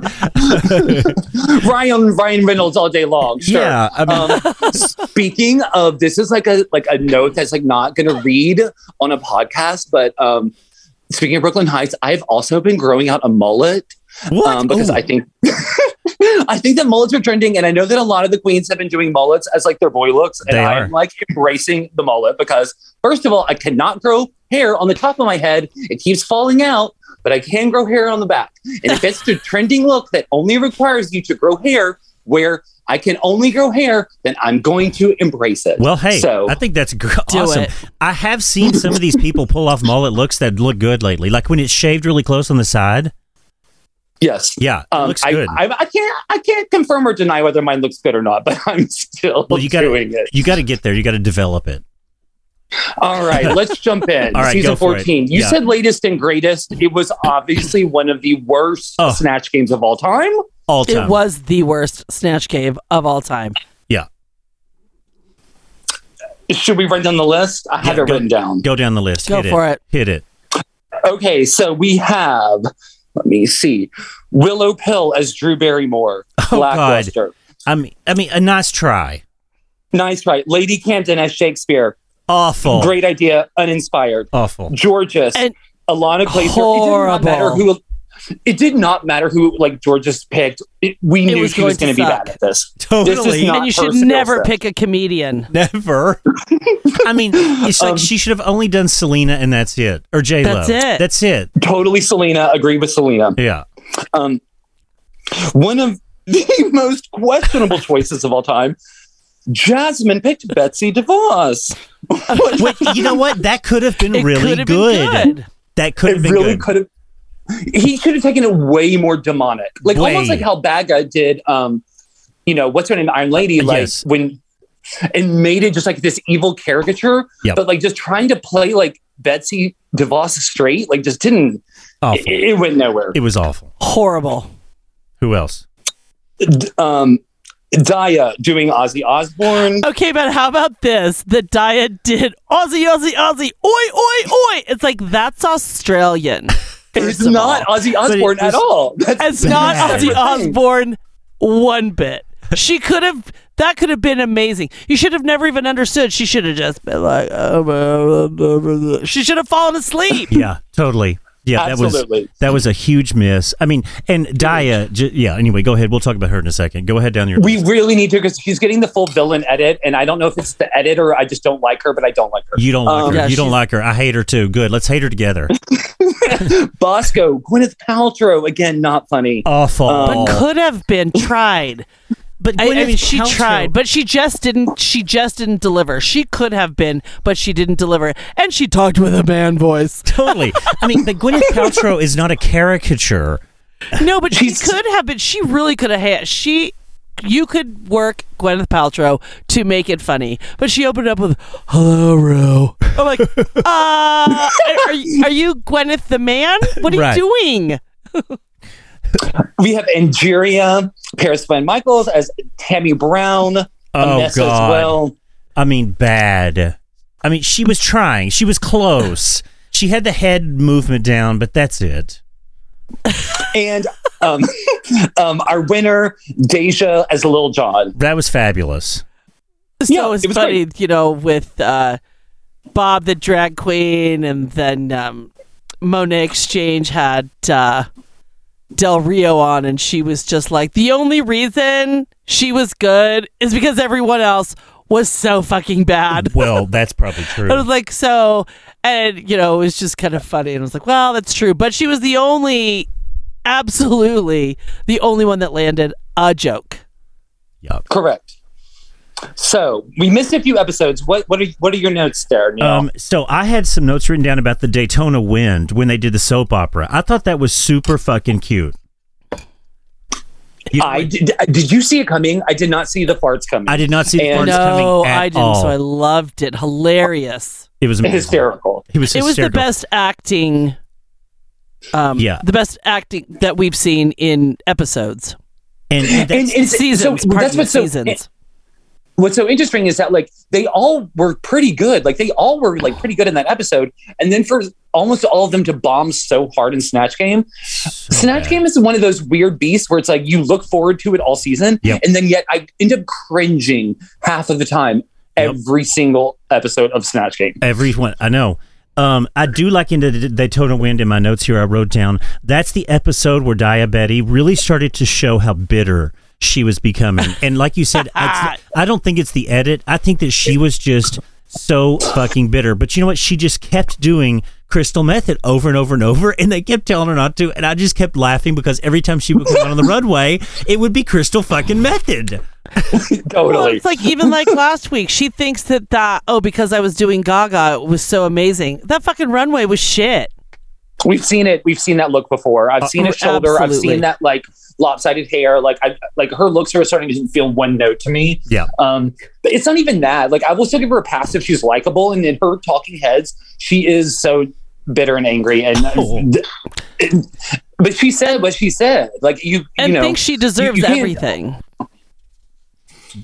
[SPEAKER 7] Ryan Ryan Reynolds all day long. Sure.
[SPEAKER 2] Yeah, I mean-
[SPEAKER 7] Um, speaking of, this is like a like a note that's like not going to read on a podcast, but um, speaking of Brooklyn Heights, I've also been growing out a mullet
[SPEAKER 2] What?
[SPEAKER 7] um, because
[SPEAKER 2] Ooh.
[SPEAKER 3] Oh.
[SPEAKER 7] I think I think that mullets are trending, and I know that a lot of the queens have been doing mullets as like their boy looks, and
[SPEAKER 2] They
[SPEAKER 7] I
[SPEAKER 2] are.
[SPEAKER 7] am like embracing the mullet because first of all, I cannot grow hair on the top of my head; it keeps falling out. But I can grow hair on the back, and if it's the trending look that only requires you to grow hair, where I can only grow hair, then I'm going to embrace it.
[SPEAKER 2] Well, hey,
[SPEAKER 7] so
[SPEAKER 2] I think that's gr-
[SPEAKER 3] Do
[SPEAKER 2] awesome.
[SPEAKER 3] it.
[SPEAKER 2] I have seen some of these people pull off mullet looks that look good lately, like when it's shaved really close on the side.
[SPEAKER 7] yes.
[SPEAKER 2] Yeah, it
[SPEAKER 7] Um,
[SPEAKER 2] looks
[SPEAKER 7] I,
[SPEAKER 2] good.
[SPEAKER 7] I, I can't I can't confirm or deny whether mine looks good or not, but I'm still
[SPEAKER 2] well, you got
[SPEAKER 7] doing
[SPEAKER 2] to
[SPEAKER 7] it.
[SPEAKER 2] you got to get there. You got to develop it.
[SPEAKER 7] All right, let's jump in.
[SPEAKER 2] All right,
[SPEAKER 7] Season
[SPEAKER 2] go for it.
[SPEAKER 7] 14. You
[SPEAKER 2] Yeah.
[SPEAKER 7] said latest and greatest. It was obviously one of the worst
[SPEAKER 2] Oh.
[SPEAKER 7] Snatch games of all time.
[SPEAKER 2] All time.
[SPEAKER 3] It was the worst Snatch Game of all time.
[SPEAKER 2] yeah,
[SPEAKER 7] Should we run down the list? I have
[SPEAKER 2] Yeah,
[SPEAKER 7] it
[SPEAKER 2] go-
[SPEAKER 7] written down.
[SPEAKER 2] go down the list.
[SPEAKER 3] Go
[SPEAKER 2] Hit
[SPEAKER 3] for it.
[SPEAKER 2] Hit it.
[SPEAKER 7] Okay, so we have, let me see, Willow Pill as Drew Barrymore.
[SPEAKER 2] Oh, God.
[SPEAKER 7] Blackbuster.
[SPEAKER 2] I mean, I mean, a nice try.
[SPEAKER 7] Nice try. Lady Camden as Shakespeare.
[SPEAKER 2] Awful.
[SPEAKER 7] Great idea, uninspired.
[SPEAKER 2] Awful.
[SPEAKER 7] Gorgeous.
[SPEAKER 3] And-
[SPEAKER 7] Alana Glazer. It did not
[SPEAKER 3] Horrible.
[SPEAKER 7] matter who. It did not matter who like George's picked. It- we knew
[SPEAKER 3] was
[SPEAKER 7] she was
[SPEAKER 3] going
[SPEAKER 7] going
[SPEAKER 3] to
[SPEAKER 7] to be
[SPEAKER 3] suck.
[SPEAKER 7] bad at this.
[SPEAKER 2] Totally.
[SPEAKER 7] not-
[SPEAKER 3] and you should
[SPEAKER 7] personal
[SPEAKER 3] never
[SPEAKER 7] stuff.
[SPEAKER 3] pick a comedian.
[SPEAKER 2] Never. I mean, it's
[SPEAKER 7] Um,
[SPEAKER 2] like she should have only done Selena and that's it, or J Lo.
[SPEAKER 3] That's it.
[SPEAKER 2] That's it.
[SPEAKER 7] Totally Selena. Agree with Selena.
[SPEAKER 2] Yeah.
[SPEAKER 7] Um, one of the most questionable choices of all time. Jasmine picked Betsy DeVos. What-
[SPEAKER 2] Wait, you know what? That could have been
[SPEAKER 3] It
[SPEAKER 2] really
[SPEAKER 3] could
[SPEAKER 2] good.
[SPEAKER 3] have been good.
[SPEAKER 2] That could
[SPEAKER 7] it
[SPEAKER 2] have been
[SPEAKER 7] really
[SPEAKER 2] good.
[SPEAKER 7] could have. He should have taken it way more demonic, like
[SPEAKER 2] Way.
[SPEAKER 7] almost like how Baga did. Um, you know what's her name, Iron Lady, like
[SPEAKER 2] Yes.
[SPEAKER 7] when and made it just like this evil caricature,
[SPEAKER 2] Yep.
[SPEAKER 7] but like just trying to play like Betsy DeVos straight, like just didn't. It,
[SPEAKER 2] Awful.
[SPEAKER 7] it went nowhere.
[SPEAKER 2] It was awful.
[SPEAKER 3] Horrible.
[SPEAKER 2] Who else?
[SPEAKER 7] D- um, Daya doing Ozzy Osbourne.
[SPEAKER 3] Okay, but how about this? The diet did Aussie, Aussie, Aussie, oi, oi, oi. It's like that's Australian.
[SPEAKER 7] It's
[SPEAKER 3] of
[SPEAKER 7] not Ozzy
[SPEAKER 2] it
[SPEAKER 7] Osbourne
[SPEAKER 2] was-
[SPEAKER 7] at all. That's
[SPEAKER 3] It's not
[SPEAKER 2] Bad.
[SPEAKER 3] Ozzy Osbourne one bit. She could have. That could have been amazing. You should have never even understood. She should have just been like, oh, blah, blah, blah, blah, blah. she should have fallen asleep.
[SPEAKER 2] Yeah, totally. Yeah, that was
[SPEAKER 7] Absolutely.
[SPEAKER 2] that was a huge miss. I mean, and Daya, j- yeah. Anyway, go ahead. We'll talk about her in a second. Go ahead down your.
[SPEAKER 7] We really need to because she's getting the full villain edit, and I don't know if it's the edit or I just don't like her, but I don't like her.
[SPEAKER 2] you don't like
[SPEAKER 7] Um,
[SPEAKER 2] her.
[SPEAKER 3] yeah,
[SPEAKER 2] you don't
[SPEAKER 3] she's-
[SPEAKER 2] like her. I hate her too. Good. Let's hate her together.
[SPEAKER 7] Bosco, Gwyneth Paltrow again, not funny.
[SPEAKER 2] Awful.
[SPEAKER 7] Um,
[SPEAKER 3] but could have been tried.
[SPEAKER 8] But
[SPEAKER 3] I, I
[SPEAKER 8] Gwyneth
[SPEAKER 3] mean, she
[SPEAKER 8] Paltrow-
[SPEAKER 3] tried, but she just didn't. She just didn't deliver. She could have been, but she didn't deliver. And she talked with a man voice.
[SPEAKER 2] totally. I mean, but Gwyneth Paltrow is not a caricature.
[SPEAKER 3] No, but she
[SPEAKER 7] She's-
[SPEAKER 3] could have been. She really could have had. She, you could work Gwyneth Paltrow to make it funny, but she opened up with "Hello, Rue." I'm like, uh, are, you- are you Gwyneth the man? What are
[SPEAKER 2] Right.
[SPEAKER 3] you doing?
[SPEAKER 7] we have Angeria, Paris Van Michaels as Tammy Brown. a
[SPEAKER 2] Oh,
[SPEAKER 7] mess
[SPEAKER 2] God.
[SPEAKER 7] As well.
[SPEAKER 2] I mean, bad. I mean, she was trying. She was close. She had the head movement down, but that's it.
[SPEAKER 7] And um, um, our winner, Deja as Lil John.
[SPEAKER 2] That was fabulous.
[SPEAKER 3] So
[SPEAKER 7] Yeah,
[SPEAKER 3] it's
[SPEAKER 7] it was
[SPEAKER 3] funny, you know, with uh, Bob the drag queen, and then um, Mona Exchange had uh, Del Rio on, and she was just like, the only reason she was good is because everyone else was so fucking bad.
[SPEAKER 2] Well, that's probably
[SPEAKER 3] I was
[SPEAKER 2] true.
[SPEAKER 3] like, so, and you know, it was just kind of funny, and I was like, well, that's true, but she was the only, absolutely, the only one that landed a joke.
[SPEAKER 2] Yup.
[SPEAKER 7] Correct. So we missed a few episodes. What what are what are your notes there? Neil?
[SPEAKER 2] Um, so I had some notes written down about the Daytona wind when they did the soap opera. I thought that was super fucking cute. You know,
[SPEAKER 7] I did, uh, did you see it coming? I did not see the farts coming.
[SPEAKER 2] I did not see the
[SPEAKER 7] And-
[SPEAKER 2] farts
[SPEAKER 3] No,
[SPEAKER 2] coming at
[SPEAKER 3] I didn't.
[SPEAKER 2] all.
[SPEAKER 3] So I loved it. Hilarious.
[SPEAKER 2] it was amazing.
[SPEAKER 7] hysterical.
[SPEAKER 2] He was
[SPEAKER 3] It was
[SPEAKER 2] hysterical.
[SPEAKER 3] the best acting. Um,
[SPEAKER 2] Yeah.
[SPEAKER 3] the best acting that we've seen in episodes,
[SPEAKER 2] And, and that's-
[SPEAKER 7] And it's-
[SPEAKER 3] seasons.
[SPEAKER 7] so
[SPEAKER 3] pardon
[SPEAKER 7] that's
[SPEAKER 3] me,
[SPEAKER 7] what's so
[SPEAKER 3] seasons.
[SPEAKER 7] what's so interesting is that like they all were pretty good. Like they all were like pretty good in that episode. And then for almost all of them to bomb so hard in Snatch Game.
[SPEAKER 3] Oh,
[SPEAKER 7] Snatch
[SPEAKER 2] bad.
[SPEAKER 7] Game is one of those weird beasts where it's like you look forward to it all season
[SPEAKER 2] Yep.
[SPEAKER 7] and then yet I end up cringing half of the time
[SPEAKER 2] Yep.
[SPEAKER 7] every single episode of Snatch Game.
[SPEAKER 2] Everyone, I know. Um, I do like into the Daytona Wind in my notes here. I wrote down that's the episode where Diabetti really started to show how bitter she was becoming. And like you said, I, I don't think it's the edit. I think that she was just so fucking bitter. But you know what? She just kept doing crystal method over and over and over, and they kept telling her not to. And I just kept laughing because every time she would come out on the runway, it would be crystal fucking method.
[SPEAKER 3] Well,
[SPEAKER 7] Totally.
[SPEAKER 3] it's like even like last week, she thinks that that oh because I was doing Gaga it was so amazing. That fucking runway was shit.
[SPEAKER 7] We've seen it. We've seen that look before. I've seen a shoulder. I've
[SPEAKER 3] Oh, absolutely.
[SPEAKER 7] seen that like lopsided hair. Like I like her looks are starting to feel one note to me.
[SPEAKER 2] Yeah.
[SPEAKER 7] Um, but it's not even that. Like I will still give her a pass if she's likable, and in her talking heads, she is so bitter and angry. And
[SPEAKER 2] Oh.
[SPEAKER 7] but she said what she said. Like you,
[SPEAKER 3] And
[SPEAKER 7] you know,
[SPEAKER 3] thinks she deserves
[SPEAKER 7] you can't-
[SPEAKER 3] everything.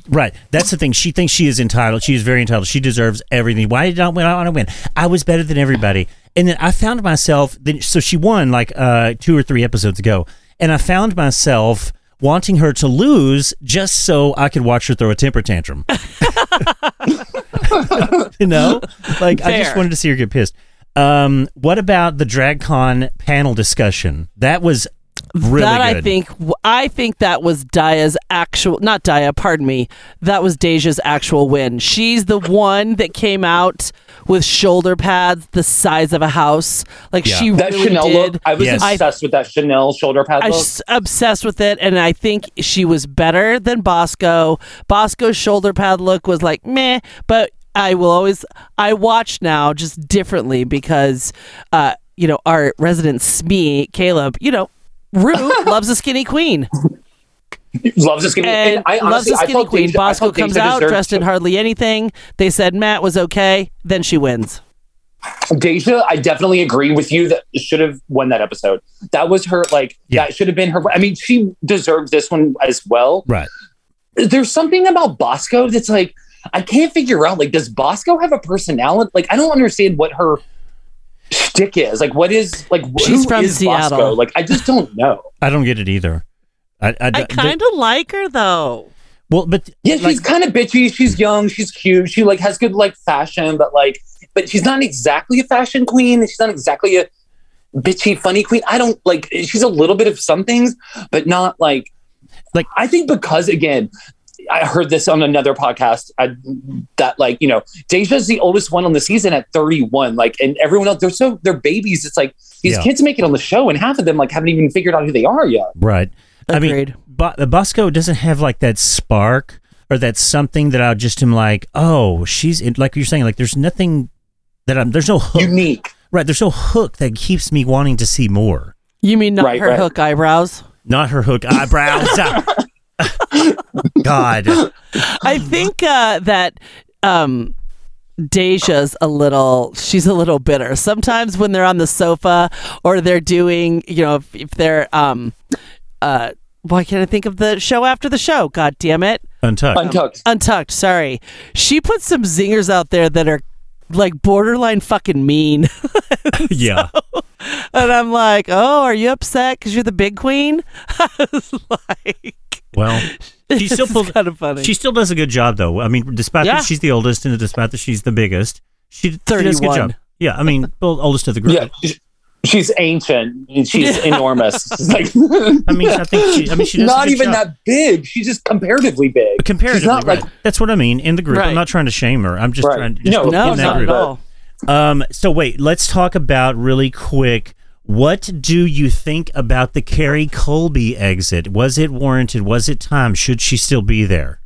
[SPEAKER 2] Right. That's the thing. She thinks she is entitled. She is very entitled. She deserves everything. Why did I when I want to win? I was better than everybody. And then I found myself then so she won like uh two or three episodes ago. And I found myself wanting her to lose just so I could watch her throw a temper tantrum. you know? Like I just
[SPEAKER 3] Fair.
[SPEAKER 2] wanted to see her get pissed. Um what about the DragCon panel discussion? That was really
[SPEAKER 3] that
[SPEAKER 2] good.
[SPEAKER 3] I think I think that was Daya's actual not Daya, pardon me. That was Deja's actual win. She's the one that came out with shoulder pads the size of a house. Like
[SPEAKER 2] Yeah.
[SPEAKER 3] she
[SPEAKER 7] That
[SPEAKER 3] really
[SPEAKER 7] Chanel
[SPEAKER 3] did.
[SPEAKER 7] look. I was
[SPEAKER 2] Yes.
[SPEAKER 7] obsessed with that Chanel shoulder pad
[SPEAKER 3] I
[SPEAKER 7] look.
[SPEAKER 3] was obsessed with it, and I think she was better than Bosco. Bosco's shoulder pad look was like meh, but I will always I watch now just differently because, uh, you know, our resident Smee Caleb, you know, Rue loves a skinny queen
[SPEAKER 7] loves this skinny.
[SPEAKER 3] and,
[SPEAKER 7] I
[SPEAKER 3] loves
[SPEAKER 7] honestly,
[SPEAKER 3] a
[SPEAKER 7] I
[SPEAKER 3] skinny
[SPEAKER 7] thought
[SPEAKER 3] queen.
[SPEAKER 7] Deja- I
[SPEAKER 3] Bosco
[SPEAKER 7] thought
[SPEAKER 3] comes
[SPEAKER 7] Deja
[SPEAKER 3] out
[SPEAKER 7] deserved-
[SPEAKER 3] dressed in hardly anything. They said Matt was okay, then she wins.
[SPEAKER 7] Deja, I definitely agree with you that should have won that episode. That was her, like,
[SPEAKER 2] Yeah.
[SPEAKER 7] that should have been her. I mean, she deserved this one as well.
[SPEAKER 2] Right.
[SPEAKER 7] There's something about Bosco that's like, I can't figure out. Like, does Bosco have a personality? Like, I don't understand what her shtick is. Like, what is, like, wh-
[SPEAKER 3] She's
[SPEAKER 7] who
[SPEAKER 3] from
[SPEAKER 7] is Bosco?
[SPEAKER 3] Seattle.
[SPEAKER 7] Like, I just don't know.
[SPEAKER 2] I don't get it either. I, I,
[SPEAKER 3] I kind of like her though.
[SPEAKER 2] well, but
[SPEAKER 7] Yeah, she's kind of bitchy. She's young. She's cute. She, like, has good, like, fashion, but, like, but she's not exactly a fashion queen. and She's not exactly a bitchy funny queen. I don't like she's a little bit of some things, but not like
[SPEAKER 2] Like-
[SPEAKER 7] I think because again, I heard this on another podcast I, that like you know Deja's the oldest one on the season at 31. Like and everyone else they're so they're babies. It's like these
[SPEAKER 2] Yeah.
[SPEAKER 7] kids make it on the show and half of them like haven't even figured out who they are yet.
[SPEAKER 2] Right. I mean,
[SPEAKER 3] Agreed.
[SPEAKER 2] but the Busco doesn't have like that spark or that something that I just am like, oh, she's in, like you're saying, like there's nothing that I'm, there's no hook.
[SPEAKER 7] Unique.
[SPEAKER 2] Right. There's no hook that keeps me wanting to see more.
[SPEAKER 3] You mean not
[SPEAKER 7] Right,
[SPEAKER 3] her
[SPEAKER 7] right.
[SPEAKER 3] hook eyebrows?
[SPEAKER 2] Not her hook eyebrows. God.
[SPEAKER 3] I think uh, that um, Deja's a little, she's a little bitter. Sometimes when they're on the sofa or they're doing, you know, if, if they're, um, uh, why can't I think of the show after the show? God damn it.
[SPEAKER 2] Untucked.
[SPEAKER 7] Untucked.
[SPEAKER 3] Untucked, sorry. She put some zingers out there that are like borderline fucking mean.
[SPEAKER 2] yeah.
[SPEAKER 3] and I'm like, oh, are you upset because you're the big queen? I was like,
[SPEAKER 2] Well, she
[SPEAKER 3] this
[SPEAKER 2] still
[SPEAKER 3] is
[SPEAKER 2] pulls.
[SPEAKER 3] kind of funny.
[SPEAKER 2] She still does a good job, though. I mean, despite
[SPEAKER 3] Yeah.
[SPEAKER 2] that she's the oldest and despite that she's the biggest, she, she does a good
[SPEAKER 3] 31.
[SPEAKER 2] job. Yeah, I mean, well, oldest of the group.
[SPEAKER 7] Yeah. sh- She's ancient and she's enormous. She's like
[SPEAKER 2] I mean, I think she. I mean, she does a
[SPEAKER 7] not
[SPEAKER 2] good
[SPEAKER 7] even
[SPEAKER 2] job.
[SPEAKER 7] that big. She's just comparatively big.
[SPEAKER 2] comparatively,
[SPEAKER 7] She's not
[SPEAKER 2] right.
[SPEAKER 7] like
[SPEAKER 2] That's what I mean in the group. I'm
[SPEAKER 3] Right.
[SPEAKER 2] not trying to shame her. I'm just
[SPEAKER 7] Right.
[SPEAKER 2] trying to just
[SPEAKER 7] No,
[SPEAKER 2] in
[SPEAKER 3] no,
[SPEAKER 2] that
[SPEAKER 3] not at
[SPEAKER 2] group.
[SPEAKER 3] all.
[SPEAKER 2] Um, so wait, let's talk about really quick. What do you think about the Carrie Colby exit? Was it warranted? Was it time? Should she still be there?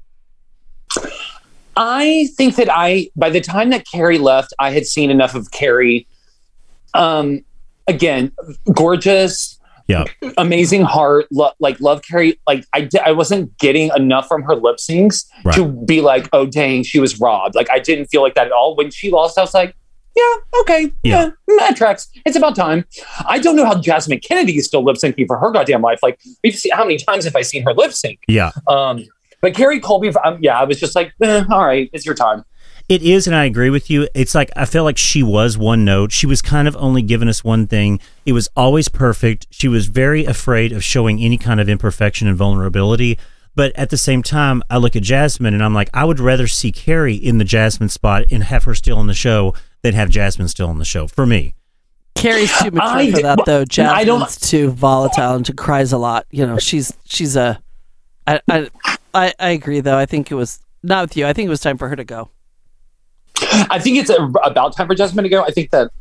[SPEAKER 7] I think that I, by the time that Carrie left, I had seen enough of Carrie. Um, again, gorgeous,
[SPEAKER 2] Yeah,
[SPEAKER 7] amazing heart, lo- like love Carrie. Like I, di- I wasn't getting enough from her lip syncs
[SPEAKER 2] Right.
[SPEAKER 7] to be like, oh dang, she was robbed. Like I didn't feel like that at all. When she lost, I was like, yeah, okay,
[SPEAKER 2] Yeah.
[SPEAKER 7] yeah, mm, that tracks. It's about time. I don't know how Jasmine Kennedy is still lip syncing for her goddamn life. Like we've seen how many times have I seen her lip sync?
[SPEAKER 2] yeah.
[SPEAKER 7] Um, but Carrie Colby, um, yeah, I was just like, eh, all right, it's your time.
[SPEAKER 2] It is, and I agree with you. It's like I feel like she was one note. She was kind of only giving us one thing. It was always perfect. She was very afraid of showing any kind of imperfection and vulnerability. But at the same time, I look at Jasmine and I'm like, I would rather see Carrie in the Jasmine spot and have her still on the show than have Jasmine still on the show for me.
[SPEAKER 3] Carrie's too mature
[SPEAKER 7] I
[SPEAKER 3] for
[SPEAKER 7] d-
[SPEAKER 3] that, though.
[SPEAKER 7] but I
[SPEAKER 3] Jasmine's
[SPEAKER 7] don't-
[SPEAKER 3] too volatile and she cries a lot. You know, she's she's a. I, I I I agree though. I think it was not with you. I think it was time for her to go.
[SPEAKER 7] I think it's a, about time for Jasmine to go. I think that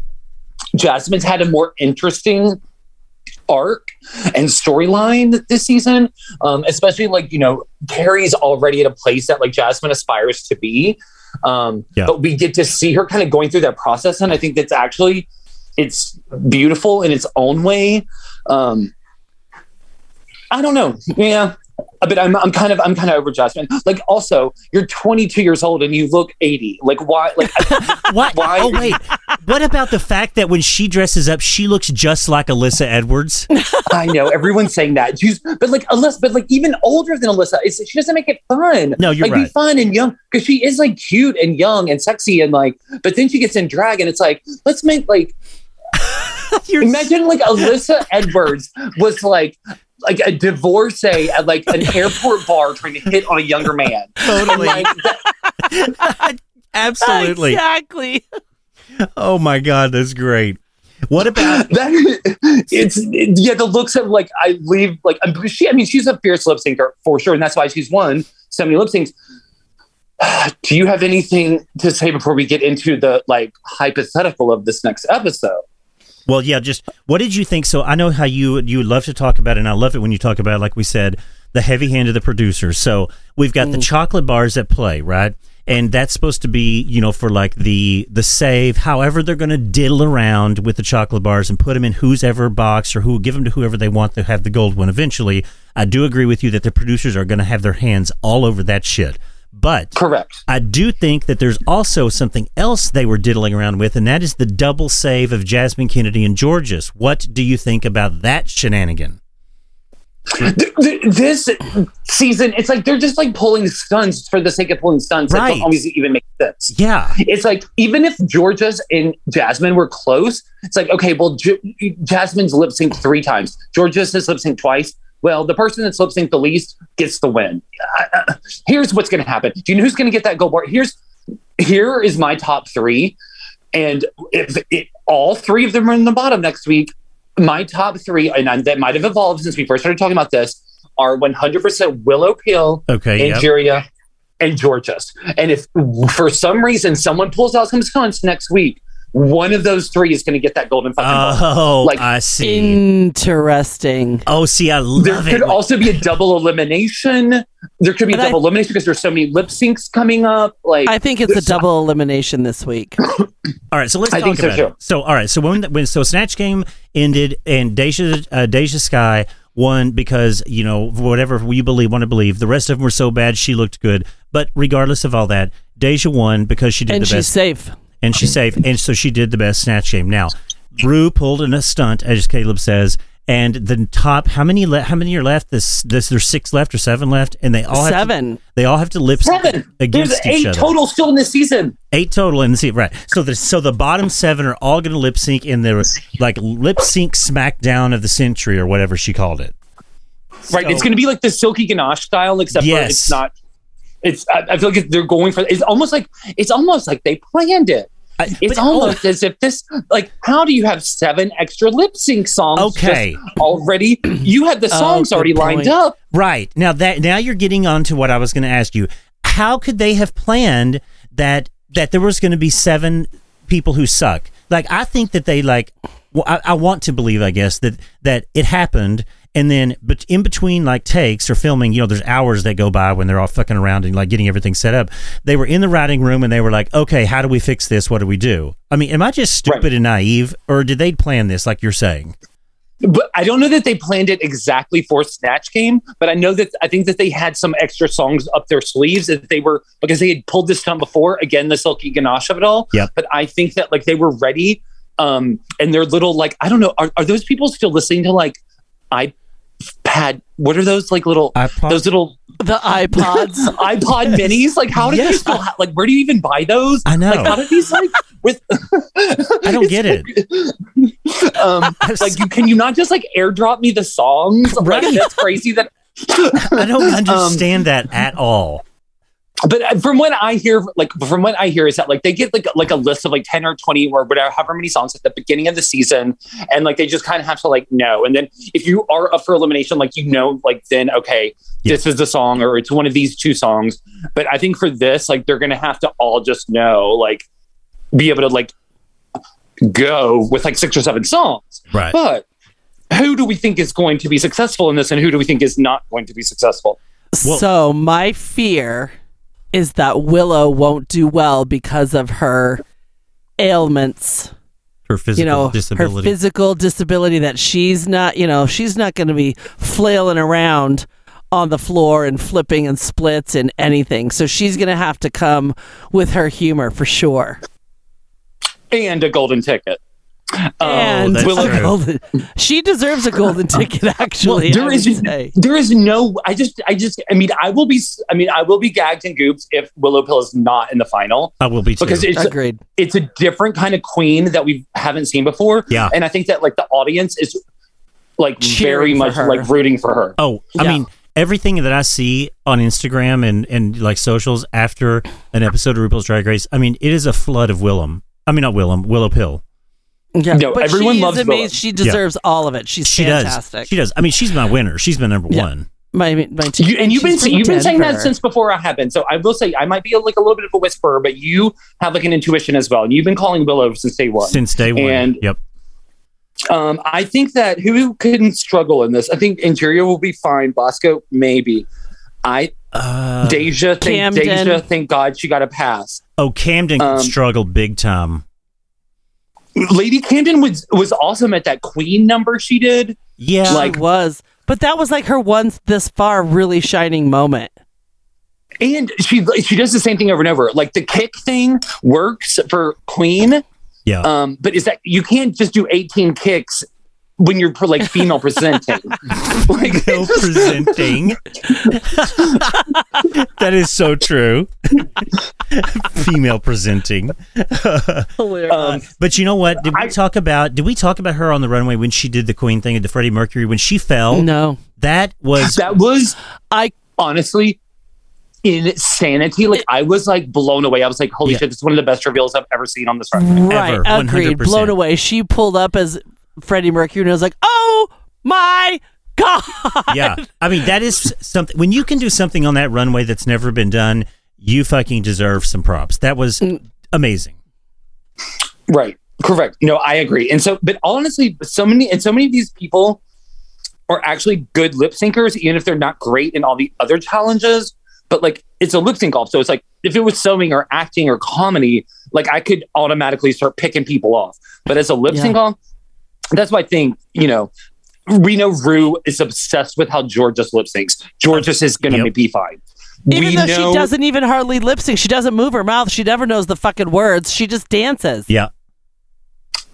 [SPEAKER 7] Jasmine's had a more interesting arc and storyline this season, um, especially like you know Carrie's already at a place that like Jasmine aspires to be, um,
[SPEAKER 2] Yeah.
[SPEAKER 7] but we get to see her kind of going through that process, and I think that's actually it's beautiful in its own way. Um, I don't know, yeah. Uh, But I'm, I'm kind of I'm kind of over Jasmine. Like, also, you're 22 years old and you look 80. Like, why? Like,
[SPEAKER 2] What?
[SPEAKER 7] Why-
[SPEAKER 2] Oh wait. what about the fact that when she dresses up, she looks just like Alyssa Edwards?
[SPEAKER 7] I know everyone's saying that. She's, but like Alyssa, but like even older than Alyssa, it's, she doesn't make it fun.
[SPEAKER 2] No, you're
[SPEAKER 7] like
[SPEAKER 2] right.
[SPEAKER 7] be fun and young because she is like cute and young and sexy and like. But then she gets in drag and it's like let's make like
[SPEAKER 2] You're
[SPEAKER 7] imagine like Alyssa Edwards was like like a divorcee at like an airport bar trying to hit on a younger man.
[SPEAKER 2] totally
[SPEAKER 7] Like that,
[SPEAKER 2] absolutely.
[SPEAKER 3] exactly.
[SPEAKER 2] Oh my god, that's great. What about
[SPEAKER 7] that it's it- yeah the looks of like I leave like I'm, she I mean she's a fierce lip syncer for sure and that's why she's won so many lip syncs. Do you have anything to say before we get into the like hypothetical of this next episode?
[SPEAKER 2] Well, yeah, just what did you think? So I know how you you love to talk about it, and I love it when you talk about, like we said, the heavy hand of the producer. So we've got the chocolate bars at play, right? And that's supposed to be, you know, for like the the save. However, they're going to diddle around with the chocolate bars and put them in whose ever box or who give them to whoever they want to have the gold one eventually. I do agree with you that the producers are going to have their hands all over that shit. But
[SPEAKER 7] Correct.
[SPEAKER 2] I do think that there's also something else they were diddling around with, and that is the double save of Jasmine Kennedy and Georges. What do you think about that shenanigan?
[SPEAKER 7] Th- th- this season, it's like they're just like pulling stunts for the sake of pulling stunts that
[SPEAKER 2] Right.
[SPEAKER 7] don't always even make sense.
[SPEAKER 2] Yeah,
[SPEAKER 7] it's like even if Georgia's and Jasmine were close, it's like okay, well, J- Jasmine's lip synced three times, Georgia's has lip synced twice. Well, the person that's lip synced the least gets the win. Uh, uh, here's what's going to happen. Do you know who's going to get that gold bar? Here's here is my top three, and if it, all three of them are in the bottom next week, my top three, and I- that might have evolved since we first started talking about this, are 100% Willow Peel,
[SPEAKER 2] Okay. Yep.
[SPEAKER 7] Angeria, and Georgia's. And if for some reason someone pulls out some skunks next week, one of those three is going to get that golden fucking ball.
[SPEAKER 2] Oh,
[SPEAKER 7] Like,
[SPEAKER 2] I see.
[SPEAKER 7] Mm.
[SPEAKER 3] Interesting.
[SPEAKER 2] oh, see, I
[SPEAKER 7] There
[SPEAKER 2] love
[SPEAKER 7] could
[SPEAKER 2] it.
[SPEAKER 7] also be a double elimination. There could be a
[SPEAKER 3] And I-
[SPEAKER 7] double elimination because there's so many lip syncs coming up. Like
[SPEAKER 3] I think it's a double elimination this week.
[SPEAKER 2] all right, so let's
[SPEAKER 7] I
[SPEAKER 2] talk
[SPEAKER 7] think so,
[SPEAKER 2] about
[SPEAKER 7] too.
[SPEAKER 2] it. So, all right, so when when so Snatch Game ended and Deja uh, Deja Sky won because you know whatever you believe want to believe, the rest of them were so bad she looked good. But regardless of all that, Deja won because she did
[SPEAKER 3] And
[SPEAKER 2] the
[SPEAKER 3] she's
[SPEAKER 2] best
[SPEAKER 3] safe.
[SPEAKER 2] and she's safe. And so she did the best snatch game. Now, Brew pulled in a stunt, as Caleb says. And the top, how many? Le- how many are left? This, this, there's six left or seven left, and they all have
[SPEAKER 3] Seven.
[SPEAKER 2] To, they all have to lip sync
[SPEAKER 7] seven. There's
[SPEAKER 2] against each
[SPEAKER 7] eight
[SPEAKER 2] other.
[SPEAKER 7] total still in this season.
[SPEAKER 2] Eight total in the seat, right? So the so the bottom seven are all going to lip sync in their like lip sync smackdown of the century or whatever she called it.
[SPEAKER 7] Right. It's going to be like the silky ganache style, except for
[SPEAKER 2] Yes.
[SPEAKER 7] it's not. It's. I, I feel like they're going for. It's almost like. It's almost like they planned it.
[SPEAKER 2] I-
[SPEAKER 7] It's
[SPEAKER 2] but-
[SPEAKER 3] oh.
[SPEAKER 7] almost as if this. Like, how do you have seven extra lip sync songs? just
[SPEAKER 2] Okay.
[SPEAKER 7] Already, you had the
[SPEAKER 3] Oh,
[SPEAKER 7] songs
[SPEAKER 3] good
[SPEAKER 7] already lined
[SPEAKER 3] point.
[SPEAKER 7] up.
[SPEAKER 2] Right. Now that now you're getting on to what I was going to ask you. How could they have planned that that there was going to be seven people who suck? Like I think that they like well, I, I want to believe I guess that that it happened and then but in between like takes or filming, you know, there's hours that go by when they're all fucking around and like getting everything set up. They were in the writing room and they were like, "Okay, how do we fix this? What do we do?" I mean, am I just stupid
[SPEAKER 7] Right.
[SPEAKER 2] and naive or did they plan this like you're saying?
[SPEAKER 7] But I don't know that they planned it exactly for Snatch Game, but I know that I think that they had some extra songs up their sleeves that they were because they had pulled this stunt before, again, the silky ganache of it all.
[SPEAKER 2] Yep.
[SPEAKER 7] But I think that like they were ready. Um, and their little like I don't know, are, are those people still listening to like iPad? What are those like little
[SPEAKER 2] I probably
[SPEAKER 7] those little
[SPEAKER 3] The iPods.
[SPEAKER 7] iPod minis? Like how did
[SPEAKER 2] Yes. Oh.
[SPEAKER 7] you still ha- like where do you even buy those?
[SPEAKER 2] I know.
[SPEAKER 7] Like how did these like with
[SPEAKER 2] I don't get it.
[SPEAKER 7] um like you can you not just like airdrop me the songs?
[SPEAKER 2] Right.
[SPEAKER 7] Like that's crazy that
[SPEAKER 2] I don't
[SPEAKER 7] um,
[SPEAKER 2] understand that at all.
[SPEAKER 7] but uh, from what I hear, like from what I hear is that like they get like like a list of like ten or twenty or whatever, however many songs at the beginning of the season, and like they just kind of have to like know. And then if you are up for elimination, like you know, like then okay, this is the song or it's one of these two songs. But I think for this, like they're gonna have to all just know, like be able to like go with like six or seven songs.
[SPEAKER 2] Right.
[SPEAKER 7] But who do we think is going to be successful in this, and who do we think is not going to be successful?
[SPEAKER 2] Well-
[SPEAKER 3] so my fear is that Willow won't do well because of her ailments.
[SPEAKER 2] Her physical
[SPEAKER 3] you know, her
[SPEAKER 2] disability.
[SPEAKER 3] physical disability that she's not, you know, she's not going to be flailing around on the floor and flipping and splits and anything. So she's going to have to come with her humor for sure.
[SPEAKER 7] And a golden ticket. Oh,
[SPEAKER 3] and
[SPEAKER 2] that's
[SPEAKER 3] a
[SPEAKER 2] true.
[SPEAKER 3] golden, she deserves a golden ticket. Actually,
[SPEAKER 7] there
[SPEAKER 3] I
[SPEAKER 7] is-
[SPEAKER 3] would say.
[SPEAKER 7] There is no. I just. I just. I mean. I will be. I mean. I will be gagged and gooped if Willow Pill is not in the final
[SPEAKER 2] I will be too.
[SPEAKER 7] because it's
[SPEAKER 3] Agreed.
[SPEAKER 7] it's a different kind of queen that we haven't seen before.
[SPEAKER 2] Yeah.
[SPEAKER 7] And I think that like the audience is like very
[SPEAKER 3] Cheering for
[SPEAKER 7] much
[SPEAKER 3] her.
[SPEAKER 7] like rooting for her.
[SPEAKER 2] oh, I
[SPEAKER 3] Yeah.
[SPEAKER 2] mean, everything that I see on Instagram and, and like socials after an episode of RuPaul's Drag Race, I mean, it is a flood of Willem. I mean, not Willem, Willow Pill.
[SPEAKER 3] Yeah.
[SPEAKER 7] No,
[SPEAKER 3] but
[SPEAKER 7] everyone
[SPEAKER 3] she is
[SPEAKER 7] loves
[SPEAKER 3] amazing.
[SPEAKER 7] Willow.
[SPEAKER 3] She deserves all of it. She's
[SPEAKER 2] She
[SPEAKER 3] fantastic.
[SPEAKER 2] does. She does. I mean, she's my winner. She's my number
[SPEAKER 3] Yeah.
[SPEAKER 2] one.
[SPEAKER 3] My, my team.
[SPEAKER 7] You, and you've been
[SPEAKER 3] she's from
[SPEAKER 7] you've been saying that
[SPEAKER 3] Denver.
[SPEAKER 7] since before I have been. So I will say I might be like a little bit of a whisperer, but you have like an intuition as well, and you've been calling Willow since day one.
[SPEAKER 2] Since day one.
[SPEAKER 7] And-
[SPEAKER 2] yep.
[SPEAKER 7] Um, I think that who can struggle in this? I think Interior will be fine. Bosco maybe. I
[SPEAKER 2] Uh,
[SPEAKER 7] Deja, thank,
[SPEAKER 3] Camden.
[SPEAKER 7] Deja, thank God she got a pass.
[SPEAKER 2] oh, Camden
[SPEAKER 7] um,
[SPEAKER 2] struggled big time.
[SPEAKER 7] Lady Camden was was awesome at that queen number she did.
[SPEAKER 2] Yeah.
[SPEAKER 3] She
[SPEAKER 7] like-
[SPEAKER 3] was. But that was like her once this far really shining moment.
[SPEAKER 7] And she she does the same thing over and over. Like the kick thing works for queen,
[SPEAKER 2] yeah.
[SPEAKER 7] um, but is that you can't just do 18 kicks when you're like female presenting. like
[SPEAKER 2] No presenting. that is so true. Female presenting.
[SPEAKER 7] um,
[SPEAKER 2] But you know what? Did we
[SPEAKER 7] I-
[SPEAKER 2] talk about? Did we talk about her on the runway when she did the Queen thing at the Freddie Mercury when she fell?
[SPEAKER 3] No.
[SPEAKER 2] That was
[SPEAKER 7] that was
[SPEAKER 3] I
[SPEAKER 7] honestly insanity. Like I was like blown away. I was like, holy
[SPEAKER 2] Yeah.
[SPEAKER 7] shit, this is one of the best reveals I've ever seen on this record.
[SPEAKER 3] right
[SPEAKER 2] Ever,
[SPEAKER 3] agreed
[SPEAKER 2] 100%.
[SPEAKER 3] blown away. She pulled up as Freddie Mercury, and I was like, oh my god.
[SPEAKER 2] yeah. I mean, that is something. When you can do something on that runway that's never been done, you fucking deserve some props. That was
[SPEAKER 3] Mm.
[SPEAKER 2] amazing.
[SPEAKER 7] Right. Correct. No, I agree. And so, but honestly, so many and so many of these people are actually good lip syncers, even if they're not great in all the other challenges. But like, it's a lip sync off, so it's like if it was sewing or acting or comedy, like I could automatically start picking people off. But as a lip
[SPEAKER 3] Yeah.
[SPEAKER 7] sync off, that's why I think you know we know Rue is obsessed with how George just lip syncs. George just is going
[SPEAKER 2] Yep.
[SPEAKER 7] to be fine.
[SPEAKER 3] Even
[SPEAKER 7] we
[SPEAKER 3] though
[SPEAKER 7] know,
[SPEAKER 3] she doesn't even hardly lip sync, she doesn't move her mouth. She never knows the fucking words. She just dances.
[SPEAKER 2] Yeah.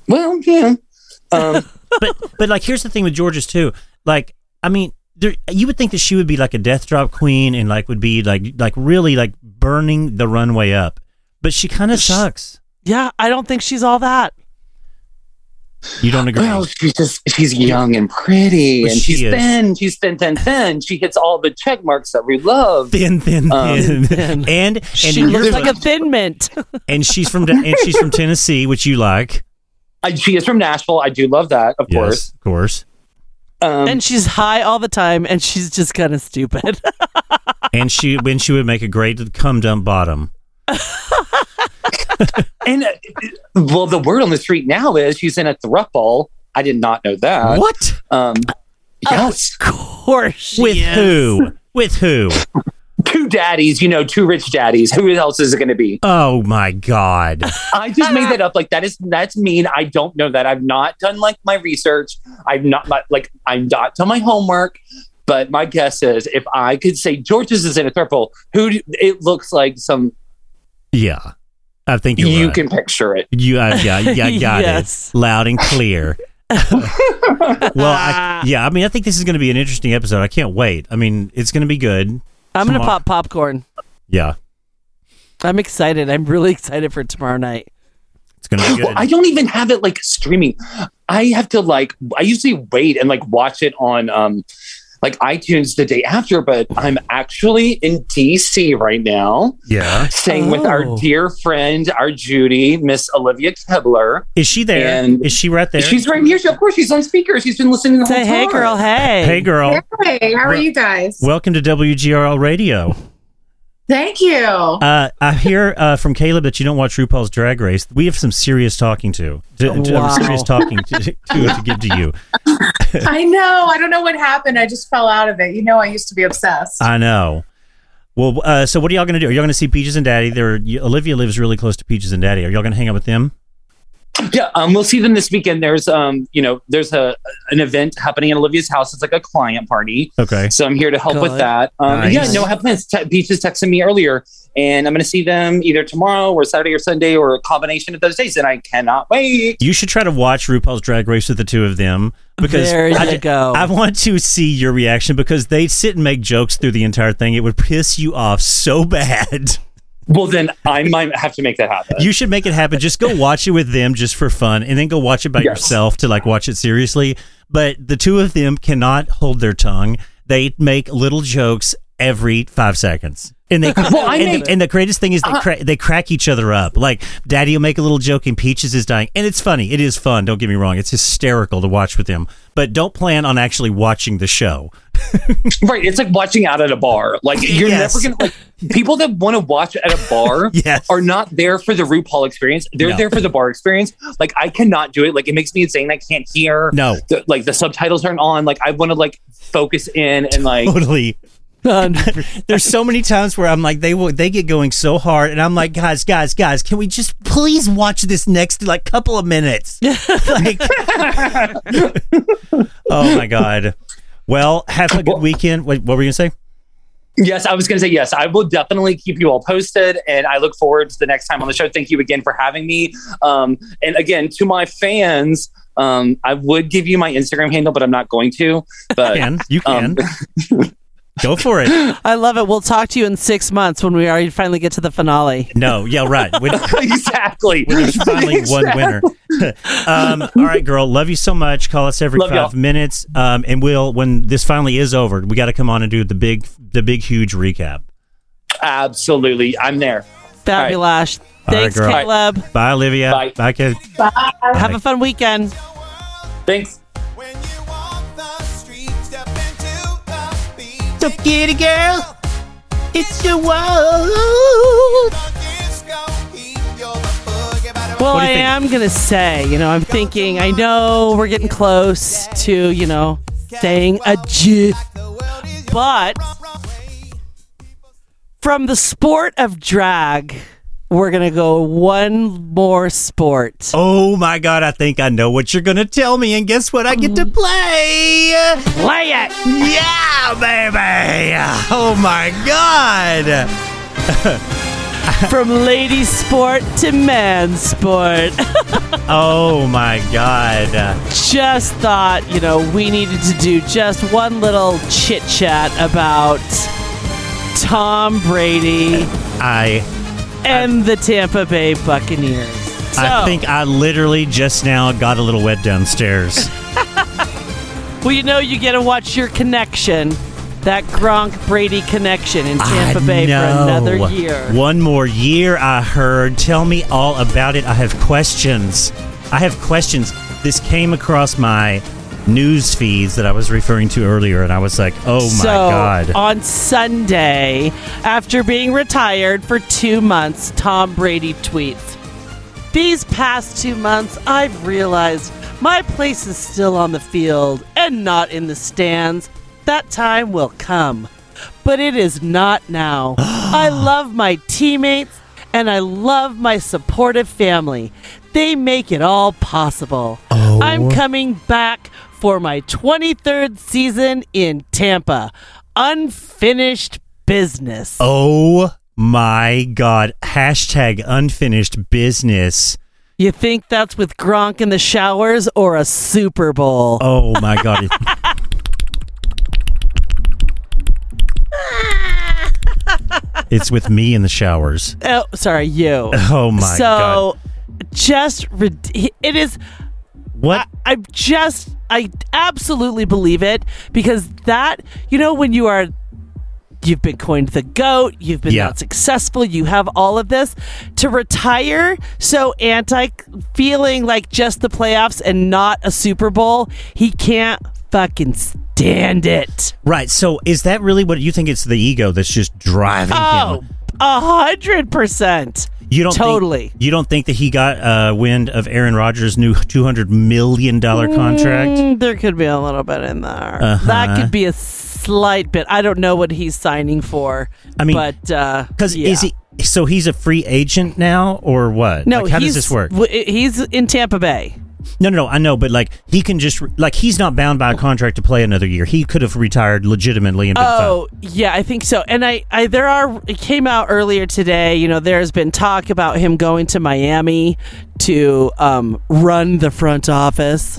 [SPEAKER 7] Well, yeah. Um,
[SPEAKER 2] but but like here's the thing with Georges too. Like I mean, there, you would think that she would be like a death drop queen and like would be like like really like burning the runway up. But she kind of sucks.
[SPEAKER 3] Yeah, I don't think she's all that.
[SPEAKER 2] You don't agree?
[SPEAKER 7] Well, she's just she's young and pretty,
[SPEAKER 2] Well,
[SPEAKER 7] and
[SPEAKER 2] she
[SPEAKER 7] she's
[SPEAKER 2] is.
[SPEAKER 7] thin. She's thin, thin, thin. She hits all the check marks that we love.
[SPEAKER 2] thin, thin,
[SPEAKER 7] Um,
[SPEAKER 2] thin,
[SPEAKER 3] thin.
[SPEAKER 2] and and
[SPEAKER 3] She
[SPEAKER 2] you're- Um,
[SPEAKER 3] looks like a thin mint.
[SPEAKER 2] and she's from and she's from Tennessee, which you like,
[SPEAKER 7] I, she is from Nashville. I do love that, of course.
[SPEAKER 2] Yes, of course.
[SPEAKER 7] Um,
[SPEAKER 3] and she's high all the time and she's just kind of stupid.
[SPEAKER 2] And she when she would make a great cum dump bottom.
[SPEAKER 7] and uh, well, the word on the street now is she's in a thruple. I did not know
[SPEAKER 3] Uh,
[SPEAKER 7] that.
[SPEAKER 2] what
[SPEAKER 7] Um, yes,
[SPEAKER 3] of course she
[SPEAKER 2] with
[SPEAKER 3] is.
[SPEAKER 2] who? With who?
[SPEAKER 7] two daddies. You know, two rich daddies. Who else is it going to be?
[SPEAKER 2] Oh my god!
[SPEAKER 7] I just made that up. Like that is that's mean. I don't know that. I've not done like my research. I've not my, like I've not done my homework. But my guess is if I could say George's is in a purple, who do- it looks like some
[SPEAKER 2] Yeah, I think you're
[SPEAKER 7] you
[SPEAKER 2] right.
[SPEAKER 7] can picture it.
[SPEAKER 2] You, I, yeah, yeah, I got
[SPEAKER 3] Yes.
[SPEAKER 2] it. Loud and clear. well, I, yeah, I mean, I think this is going to be an interesting episode. I can't wait. I mean, it's going to be good.
[SPEAKER 3] I'm going to
[SPEAKER 2] Tomorrow.
[SPEAKER 3] pop popcorn.
[SPEAKER 2] Yeah,
[SPEAKER 3] I'm excited. I'm really excited for tomorrow night.
[SPEAKER 2] it's going to be
[SPEAKER 7] Well,
[SPEAKER 2] good.
[SPEAKER 7] I don't even have it like streaming. I have to like I usually wait and like watch it on um like iTunes the day after, but I'm actually in DC right now,
[SPEAKER 2] yeah,
[SPEAKER 7] staying with our
[SPEAKER 3] Oh.
[SPEAKER 7] dear friend, our Judy, Miss Olivia Kebler.
[SPEAKER 2] is she there? Is
[SPEAKER 7] And-
[SPEAKER 2] she right there?
[SPEAKER 7] She's right here. She- Of course, she's on speaker. She's been listening the
[SPEAKER 3] Say,
[SPEAKER 7] whole time.
[SPEAKER 3] hey, girl, hey.
[SPEAKER 2] hey, girl.
[SPEAKER 8] Hey, how are you guys?
[SPEAKER 2] Welcome to WGRL Radio.
[SPEAKER 8] Thank you.
[SPEAKER 2] Uh, I hear uh, from Caleb that you don't watch RuPaul's Drag Race. We have some serious talking to, to, to
[SPEAKER 3] Wow.
[SPEAKER 2] serious talking to, to, to give to you.
[SPEAKER 8] I know. I don't know what happened. I just fell out of it. You know, I used to be obsessed.
[SPEAKER 2] I know. Well, uh, so what are y'all going to do? Are y'all going to see Peaches and Daddy? There, Olivia lives really close to Peaches and Daddy. Are y'all going to hang out with them?
[SPEAKER 7] Yeah, um, we'll see them this weekend. There's, um, you know, there's a an event happening at Olivia's house. It's like a client party,
[SPEAKER 2] Okay.
[SPEAKER 7] so I'm here to help with
[SPEAKER 3] Good.
[SPEAKER 7] that. Um, and
[SPEAKER 2] Nice.
[SPEAKER 7] Yeah, no, I have plans. Te- Peaches texted me earlier, and I'm going to see them either tomorrow or Saturday or Sunday or a combination of those days, and I cannot wait.
[SPEAKER 2] You should try to watch RuPaul's Drag Race with the two of them because
[SPEAKER 3] there you
[SPEAKER 2] I,
[SPEAKER 3] go.
[SPEAKER 2] I want to see your reaction because they sit and make jokes through the entire thing. It would piss you off so bad.
[SPEAKER 7] Well, then I might have to make that happen.
[SPEAKER 2] You should make it happen. Just go watch it with them just for fun and then go watch it by
[SPEAKER 7] Yes.
[SPEAKER 2] yourself to like watch it seriously. But the two of them cannot hold their tongue. They make little jokes every five seconds. And they
[SPEAKER 7] Well, I
[SPEAKER 2] and,
[SPEAKER 7] make- Uh-huh.
[SPEAKER 2] and the greatest thing is they, cra- they crack each other up. Like Daddy will make a little joke and Peaches is dying, and it's funny. It is fun. Don't get me wrong. It's hysterical to watch with them. But don't plan on actually watching the show.
[SPEAKER 7] Right, it's like watching out at a bar. Like you're
[SPEAKER 2] Yes.
[SPEAKER 7] never gonna like people that want to watch at a bar
[SPEAKER 2] Yes.
[SPEAKER 7] are not there for the RuPaul experience. They're
[SPEAKER 2] No.
[SPEAKER 7] there for the bar experience. Like I cannot do it. Like it makes me insane. I can't hear.
[SPEAKER 2] No,
[SPEAKER 7] The, like the subtitles aren't on. Like I want to like focus in and like
[SPEAKER 2] totally.
[SPEAKER 3] Um,
[SPEAKER 2] There's so many times where I'm like, they will, they get going so hard, and I'm like, guys, guys, guys, can we just please watch this next like couple of minutes? like, oh my god. Well, have a good weekend. Wait, what were you gonna say?
[SPEAKER 7] yes, I was gonna say yes. I will definitely keep you all posted, and I look forward to the next time on the show. Thank you again for having me. Um, and again to my fans. Um, I would give you my Instagram handle, but I'm not going to. But
[SPEAKER 2] Can you can
[SPEAKER 7] Um,
[SPEAKER 2] go for it?
[SPEAKER 3] I love it. We'll talk to you in six months when we already finally get to the finale.
[SPEAKER 2] No, yeah, right. When,
[SPEAKER 7] exactly.
[SPEAKER 2] when there's finally one winner. um, all right, girl. Love you so much. Call us every
[SPEAKER 7] Love
[SPEAKER 2] 5
[SPEAKER 7] y'all.
[SPEAKER 2] minutes, um, and we'll when this finally is over, we got to come on and do the big, the big, huge recap.
[SPEAKER 7] Absolutely. I'm there.
[SPEAKER 3] Fabulash.
[SPEAKER 2] All right,
[SPEAKER 3] Thanks,
[SPEAKER 2] girl.
[SPEAKER 3] Caleb.
[SPEAKER 2] Bye, Olivia.
[SPEAKER 7] Bye.
[SPEAKER 2] Bye Kate.
[SPEAKER 3] Have a fun weekend.
[SPEAKER 4] Bye.
[SPEAKER 7] Thanks.
[SPEAKER 4] When you walk the street, step into the beat.
[SPEAKER 3] So kitty girl, it's your world.
[SPEAKER 4] The disco heat, you're the boogie body
[SPEAKER 3] Well,
[SPEAKER 2] What do
[SPEAKER 3] I
[SPEAKER 2] you think?
[SPEAKER 3] am gonna say, you know, I'm thinking. I know we're getting close to, you know, saying adieu,
[SPEAKER 4] the world is your
[SPEAKER 3] but
[SPEAKER 4] way.
[SPEAKER 3] from the sport of drag, we're gonna go one more sport.
[SPEAKER 2] Oh my God, I think I know what you're going to tell me. And guess what? I get to play.
[SPEAKER 3] Play it.
[SPEAKER 2] Yeah, baby. Oh my God.
[SPEAKER 3] From lady sport to man sport.
[SPEAKER 2] Oh my God.
[SPEAKER 3] just thought, you know, we needed to do just one little chit chat about Tom Brady
[SPEAKER 2] I
[SPEAKER 3] and the Tampa Bay Buccaneers. So,
[SPEAKER 2] I think I literally just now got a little wet downstairs.
[SPEAKER 3] well, you know, you get to watch your connection, that Gronk Brady connection in Tampa
[SPEAKER 2] I
[SPEAKER 3] Bay
[SPEAKER 2] know.
[SPEAKER 3] for another year.
[SPEAKER 2] One more year, I heard. Tell me all about it. I have questions. I have questions. This came across my news feeds that I was referring to earlier, and I was like, oh my
[SPEAKER 3] so uh,
[SPEAKER 2] God.
[SPEAKER 3] on Sunday, after being retired for two months, Tom Brady tweets These past two months, I've realized my place is still on the field and not in the stands. That time will come, but it is not now. I love my teammates and I love my supportive family. They make it all possible. I'm coming back for my 23rd season in Tampa. Unfinished business.
[SPEAKER 2] oh my God. Hashtag unfinished business.
[SPEAKER 3] You think that's with Gronk in the showers or a Super Bowl?
[SPEAKER 2] Oh my God. it's with me in the showers.
[SPEAKER 3] Oh, sorry, you.
[SPEAKER 2] Oh my God.
[SPEAKER 3] so, just rid- it is.
[SPEAKER 2] What?
[SPEAKER 3] I just, I absolutely believe it because that, you know, when you are, you've been coined the goat, you've been
[SPEAKER 2] Yeah.
[SPEAKER 3] that successful, you have all of this to retire so anti, feeling like just the playoffs and not a Super Bowl, he can't fucking stand it.
[SPEAKER 2] Right. So is that really what you think? It's the ego that's just driving
[SPEAKER 3] Oh,
[SPEAKER 2] him.
[SPEAKER 3] a hundred percent.
[SPEAKER 2] You don't think-
[SPEAKER 3] totally.
[SPEAKER 2] you don't think that he got uh, wind of Aaron Rodgers' new two hundred million dollar contract?
[SPEAKER 3] Mm, there could be a little bit in there.
[SPEAKER 2] Uh-huh.
[SPEAKER 3] That could be a slight bit. I don't know what he's signing for.
[SPEAKER 2] I mean,
[SPEAKER 3] but uh, because
[SPEAKER 2] Because is he? So he's a free agent now, or what?
[SPEAKER 3] No,
[SPEAKER 2] Like, how
[SPEAKER 3] he's,
[SPEAKER 2] does this work?
[SPEAKER 3] w- he's in Tampa Bay.
[SPEAKER 2] No, no, no. I know, but like he can just like he's not bound by a contract to play another year. He could have retired legitimately and been
[SPEAKER 3] Oh, yeah, I think so. And I, I, there are. It came out earlier today. You know, there's been talk about him going to Miami to um, run the front office.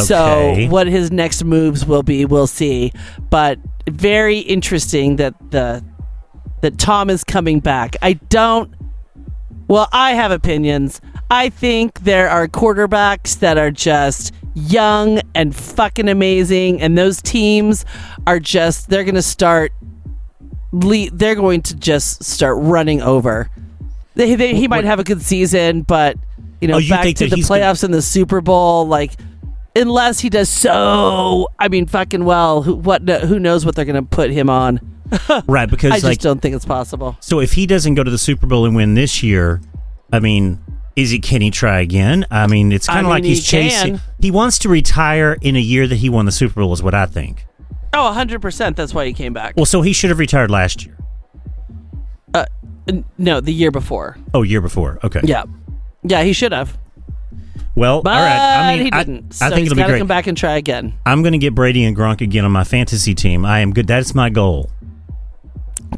[SPEAKER 2] Okay.
[SPEAKER 3] So what his next moves will be, we'll see. But very interesting that the that Tom is coming back. I don't. Well, I have opinions. I think there are quarterbacks that are just young and fucking amazing, and those teams are just they're going to start. Le- they're going to just start running over. They, they, he might have a good season, but you know,
[SPEAKER 2] Oh, you
[SPEAKER 3] back
[SPEAKER 2] think
[SPEAKER 3] to
[SPEAKER 2] that
[SPEAKER 3] the
[SPEAKER 2] he's gonna-
[SPEAKER 3] playoffs and the Super Bowl, like unless he does so, I mean, fucking well, who, what? Who knows what they're going to put him on?
[SPEAKER 2] fine. Right? Because
[SPEAKER 3] I just
[SPEAKER 2] like
[SPEAKER 3] don't think it's possible.
[SPEAKER 2] So if he doesn't go to the Super Bowl and win this year, I mean, is he can he try again? I mean, it's
[SPEAKER 3] I
[SPEAKER 2] kind of
[SPEAKER 3] mean,
[SPEAKER 2] like he's
[SPEAKER 3] he
[SPEAKER 2] chasing.
[SPEAKER 3] can.
[SPEAKER 2] He wants to retire in a year that he won the Super Bowl, is what I think.
[SPEAKER 3] Oh, 100%. That's why he came back.
[SPEAKER 2] Well, so he should have retired last year.
[SPEAKER 3] N- no, the year before.
[SPEAKER 2] Oh, year before. Okay.
[SPEAKER 3] Yeah. Yeah, he should have.
[SPEAKER 2] Well,
[SPEAKER 3] But
[SPEAKER 2] all right. I mean,
[SPEAKER 3] he
[SPEAKER 2] I-
[SPEAKER 3] didn't.
[SPEAKER 2] I,
[SPEAKER 3] so
[SPEAKER 2] think
[SPEAKER 3] he's
[SPEAKER 2] it'll be
[SPEAKER 3] gotta
[SPEAKER 2] great.
[SPEAKER 3] come back and try again.
[SPEAKER 2] I'm going to get Brady and Gronk again on my fantasy team. I am good. That's my goal.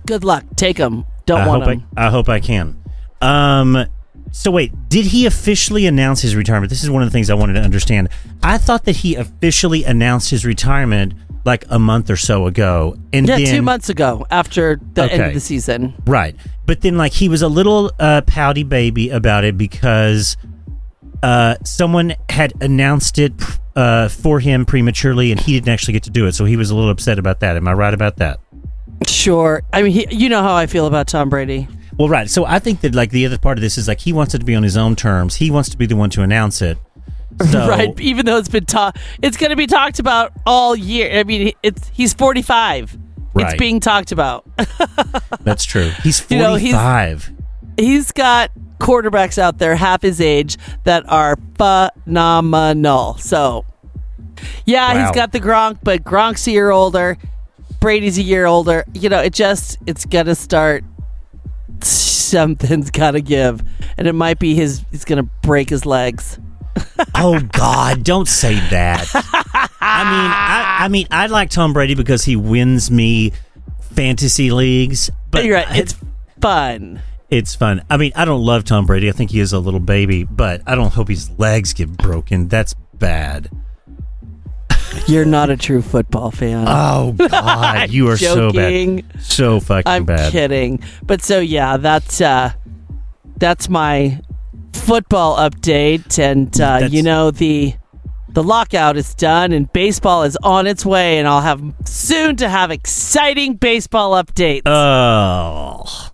[SPEAKER 3] Good luck. Take him. Don't
[SPEAKER 2] I
[SPEAKER 3] want
[SPEAKER 2] hope
[SPEAKER 3] him.
[SPEAKER 2] I, I hope I can. Um, so wait, did he officially announce his retirement? This is one of the things I wanted to understand. I thought that he officially announced his retirement like a month or so ago, and
[SPEAKER 3] yeah,
[SPEAKER 2] then
[SPEAKER 3] two months ago after the end
[SPEAKER 2] Okay.
[SPEAKER 3] of the season.
[SPEAKER 2] right? But then like he was a little uh, pouty baby about it because uh, someone had announced it uh, for him prematurely, and he didn't actually get to do it, so he was a little upset about that. Am I right about that?
[SPEAKER 3] Sure. I mean, he, you know how I feel about Tom Brady.
[SPEAKER 2] Well, right. So I think that like the other part of this is like he wants it to be on his own terms. He wants to be the one to announce it. So,
[SPEAKER 3] right? Even though it's been ta it's going to be talked about all year. I mean, it's he's 45.
[SPEAKER 2] Right.
[SPEAKER 3] It's being talked about.
[SPEAKER 2] That's true. He's
[SPEAKER 3] You know, he's-
[SPEAKER 2] 45.
[SPEAKER 3] he's got quarterbacks out there half his age that are phenomenal. So, yeah,
[SPEAKER 2] Wow.
[SPEAKER 3] he's got the Gronk, but Gronk's a year older. Brady's a year older. You know, it just it's gonna start. Something's gotta give, and it might be his. He's gonna break his legs.
[SPEAKER 2] oh God, don't say that. I mean, I, I mean, I like Tom Brady because he wins me fantasy leagues. But
[SPEAKER 3] You're right. It's fun.
[SPEAKER 2] It's fun. I mean, I don't love Tom Brady. I think he is a little baby, but I don't hope his legs get broken. That's bad.
[SPEAKER 3] You're not a true football fan.
[SPEAKER 2] Oh God, you are so bad,
[SPEAKER 3] joking.
[SPEAKER 2] so fucking
[SPEAKER 3] I'm
[SPEAKER 2] bad.
[SPEAKER 3] kidding. But so yeah, that's uh that's my football update and uh
[SPEAKER 2] That's-
[SPEAKER 3] you know the the lockout is done and baseball is on its way and I'll have soon to have exciting baseball updates.
[SPEAKER 2] Oh,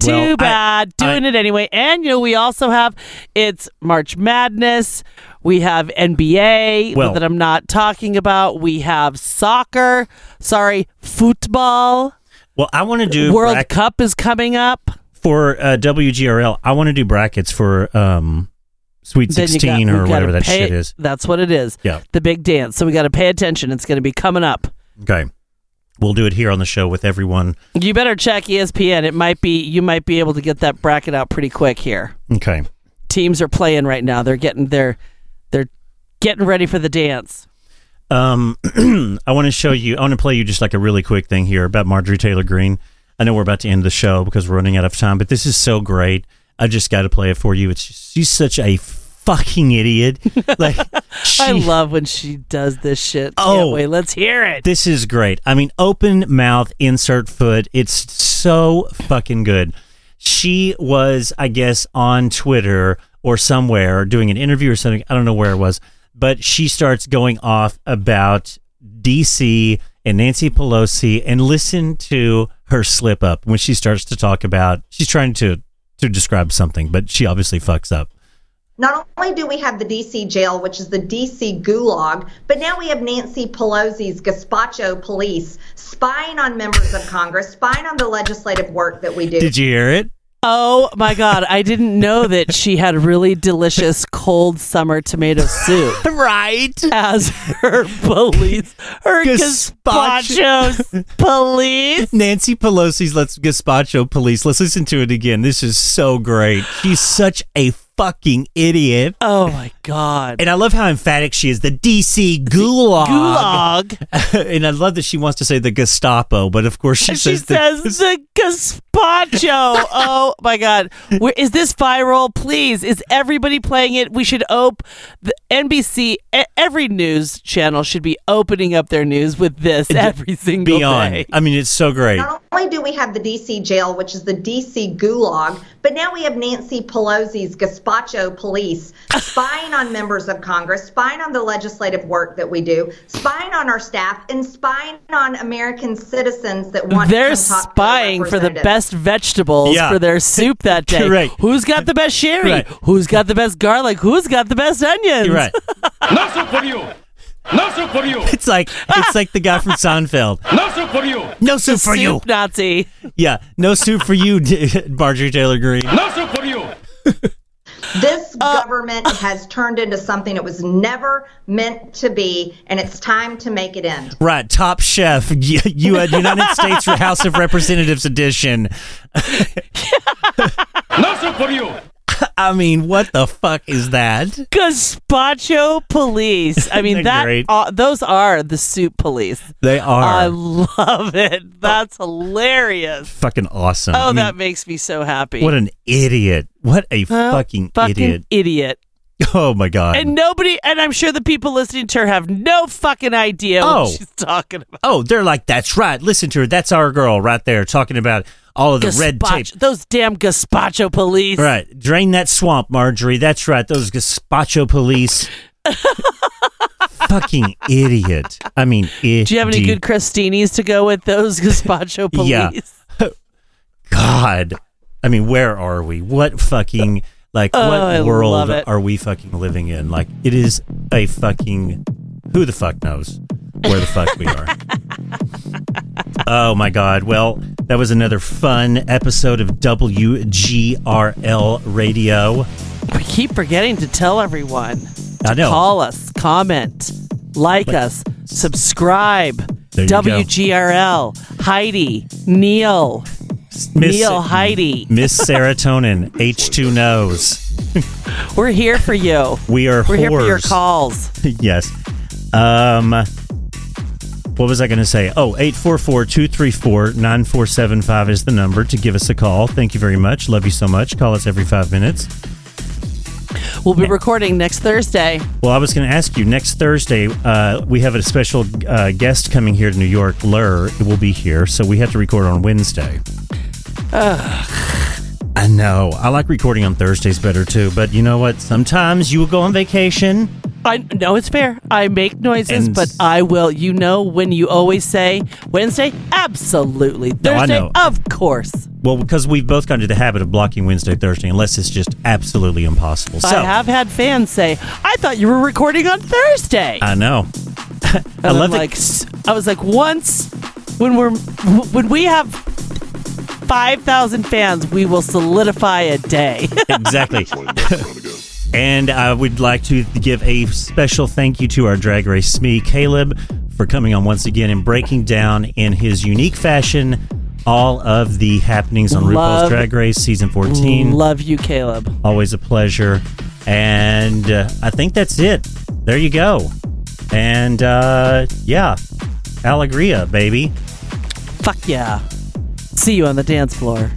[SPEAKER 3] Too
[SPEAKER 2] Well, I-
[SPEAKER 3] bad. Doing
[SPEAKER 2] I-
[SPEAKER 3] it anyway. And you know, we also have it's March Madness. We have NBA
[SPEAKER 2] Well-
[SPEAKER 3] that I'm not talking about. We have soccer. Sorry, football.
[SPEAKER 2] Well, I want to do
[SPEAKER 3] World
[SPEAKER 2] brack-
[SPEAKER 3] Cup is coming up.
[SPEAKER 2] for uh, WGRL. I want to do brackets for um, Sweet
[SPEAKER 3] Then you got-
[SPEAKER 2] Sixteen
[SPEAKER 3] we
[SPEAKER 2] or
[SPEAKER 3] gotta
[SPEAKER 2] whatever that
[SPEAKER 3] pay-
[SPEAKER 2] shit is.
[SPEAKER 3] That's what it is.
[SPEAKER 2] Yeah.
[SPEAKER 3] The big dance. So we got to pay attention. It's going to be coming up.
[SPEAKER 2] Okay, we'll do it here on the show with everyone.
[SPEAKER 3] You better check E ESPN. It might be you might be able to get that bracket out pretty quick here.
[SPEAKER 2] Okay.
[SPEAKER 3] Teams are playing right now. They're getting their they're getting ready for the dance.
[SPEAKER 2] Um, I want to show you. I want to play you just like a really quick thing here about Marjorie Taylor Greene. I know we're about to end the show because we're running out of time, but this is so great. I just got to play it for you. It's just, she's such a fucking idiot. Like she,
[SPEAKER 3] I love when she does this shit.
[SPEAKER 2] Oh.
[SPEAKER 3] Can't wait. Let's hear it.
[SPEAKER 2] this is great. I mean, open mouth, insert foot. It's so fucking good. She was, I guess, on Twitter or somewhere doing an interview or something. I don't know where it was, but she starts going off about DC and Nancy Pelosi and listen to her slip up when she starts to talk about she's trying to to describe something, but she obviously fucks up.
[SPEAKER 9] Not only do we have the DC jail, which is the DC gulag, but now we have Nancy Pelosi's gazpacho police spying on members of Congress, spying on the legislative work that we do.
[SPEAKER 2] Did you hear it?
[SPEAKER 3] Oh my god, I didn't know that she had really delicious cold summer tomato soup.
[SPEAKER 2] Right.
[SPEAKER 3] As her police, her
[SPEAKER 2] Gazpacho.
[SPEAKER 3] gazpacho police.
[SPEAKER 2] Nancy Pelosi's Let's Gazpacho Police. Let's listen to it again. This is so great. She's such a fucking idiot.
[SPEAKER 3] Oh my god.
[SPEAKER 2] And I love how emphatic she is. The DC gulag.
[SPEAKER 3] Gulag.
[SPEAKER 2] and I love that she wants to say the Gestapo, but of course she,
[SPEAKER 3] She
[SPEAKER 2] says, the-
[SPEAKER 3] says the gazpacho. oh my god. Where is this viral? Please, is everybody playing it? We should op the NBC. e- Every news channel should be opening up their news with this every single
[SPEAKER 2] Beyond.
[SPEAKER 3] day.
[SPEAKER 2] I mean, it's so great.
[SPEAKER 9] Not only do we have the DC jail, which is the DC gulag, but now we have Nancy Pelosi's gazpacho police spying on members of Congress, spying on the legislative work that we do, spying on our staff, and spying on American citizens that want
[SPEAKER 3] They're
[SPEAKER 9] to come talk
[SPEAKER 3] spying
[SPEAKER 9] to
[SPEAKER 3] for the
[SPEAKER 9] representatives.
[SPEAKER 3] best vegetables
[SPEAKER 2] Yeah.
[SPEAKER 3] for their soup that day.
[SPEAKER 2] Correct.
[SPEAKER 3] Who's got the best sherry?
[SPEAKER 2] Right.
[SPEAKER 3] Who's got the best garlic? Who's got the best onions?
[SPEAKER 2] You're right.
[SPEAKER 10] No soup for you. No soup for you.
[SPEAKER 2] It's like it's like the guy from Seinfeld.
[SPEAKER 10] No soup for you.
[SPEAKER 2] No soup for
[SPEAKER 3] soup
[SPEAKER 2] you.
[SPEAKER 3] Nazi.
[SPEAKER 2] Yeah, no soup for you, Marjorie Taylor Greene.
[SPEAKER 10] No soup for you.
[SPEAKER 9] This government has turned into something it was never meant to be, and it's time to make it end.
[SPEAKER 2] Right, Top Chef, you, you had United States House of Representatives edition.
[SPEAKER 10] No soup for you.
[SPEAKER 2] I mean, what the fuck is that?
[SPEAKER 3] Gazpacho police. I
[SPEAKER 2] Isn't
[SPEAKER 3] mean
[SPEAKER 2] that
[SPEAKER 3] that
[SPEAKER 2] great?
[SPEAKER 3] uh, those are the soup police.
[SPEAKER 2] They
[SPEAKER 3] I
[SPEAKER 2] are
[SPEAKER 3] love it. That's hilarious.
[SPEAKER 2] fucking awesome.
[SPEAKER 3] Oh,
[SPEAKER 2] Oh. I mean,
[SPEAKER 3] that makes me so happy.
[SPEAKER 2] what an idiot! What a
[SPEAKER 3] Oh,
[SPEAKER 2] fucking,
[SPEAKER 3] fucking
[SPEAKER 2] idiot!
[SPEAKER 3] idiot.
[SPEAKER 2] Oh my god!
[SPEAKER 3] And nobody and I'm sure the people listening to her have no fucking idea
[SPEAKER 2] Oh.
[SPEAKER 3] what she's talking about.
[SPEAKER 2] oh, they're like, that's right. Listen to her. That's our girl right there talking about all of the red tape.
[SPEAKER 3] Gazpacho- Those damn gazpacho police.
[SPEAKER 2] Right, drain that swamp, Marjorie. That's right. Those gazpacho police. fucking idiot. I mean,
[SPEAKER 3] Do you have any good crostinis to go with those gazpacho police?
[SPEAKER 2] Yeah. God. I mean, where are we? What fucking Like,
[SPEAKER 3] Oh,
[SPEAKER 2] what
[SPEAKER 3] I love
[SPEAKER 2] world
[SPEAKER 3] it.
[SPEAKER 2] are we fucking living in? Like, it is a fucking who the fuck knows where the fuck we are. Oh my God. Well, that was another fun episode of WGRL Radio.
[SPEAKER 3] We keep forgetting to tell everyone.
[SPEAKER 2] I know.
[SPEAKER 3] Call us, comment, like us, subscribe.
[SPEAKER 2] There you go.
[SPEAKER 3] WGRL, Heidi, Neil, Neil, Heidi.
[SPEAKER 2] Miss Serotonin, H2 Nose.
[SPEAKER 3] We're here for you.
[SPEAKER 2] We are
[SPEAKER 3] We're here for your
[SPEAKER 2] whores.
[SPEAKER 3] calls.
[SPEAKER 2] yes. Um, what was I going to say? Oh, 844-234-9475 is the number to give us a call. Thank you very much. Love you so much. Call us every five minutes.
[SPEAKER 3] We'll be recording next Thursday.
[SPEAKER 2] Well, I was going to ask you next Thursday. Uh, we have a special uh, guest coming here to New York. Lur will be here, so we have to record on Wednesday. I know. I like recording on Thursdays better too, but you know what? Sometimes you will go on vacation.
[SPEAKER 3] I no, it's fair. I make noises,
[SPEAKER 2] And-
[SPEAKER 3] but I will. You know when you always say Wednesday, absolutely.
[SPEAKER 2] I
[SPEAKER 3] Thursday,
[SPEAKER 2] know.
[SPEAKER 3] of course.
[SPEAKER 2] Well, because we've both gone to the habit of blocking Wednesday, Thursday, unless it's just absolutely impossible. So
[SPEAKER 3] I have had fans say, "I thought you were recording on Thursday."
[SPEAKER 2] I know. I
[SPEAKER 3] And
[SPEAKER 2] love
[SPEAKER 3] I'm
[SPEAKER 2] it.
[SPEAKER 3] like, "S- I was like, once when we're w- when we have five thousand fans, we will solidify a day.
[SPEAKER 2] exactly. and I would like to give a special thank you to our drag race Smee Caleb for coming on once again and breaking down in his unique fashion all of the happenings on RuPaul's
[SPEAKER 3] Love-
[SPEAKER 2] Drag Race season 14.
[SPEAKER 3] Love you, Caleb.
[SPEAKER 2] Always a pleasure. And uh, I think that's it. There you go. And uh, yeah, Allegria, baby.
[SPEAKER 3] Fuck yeah. See you on the dance floor.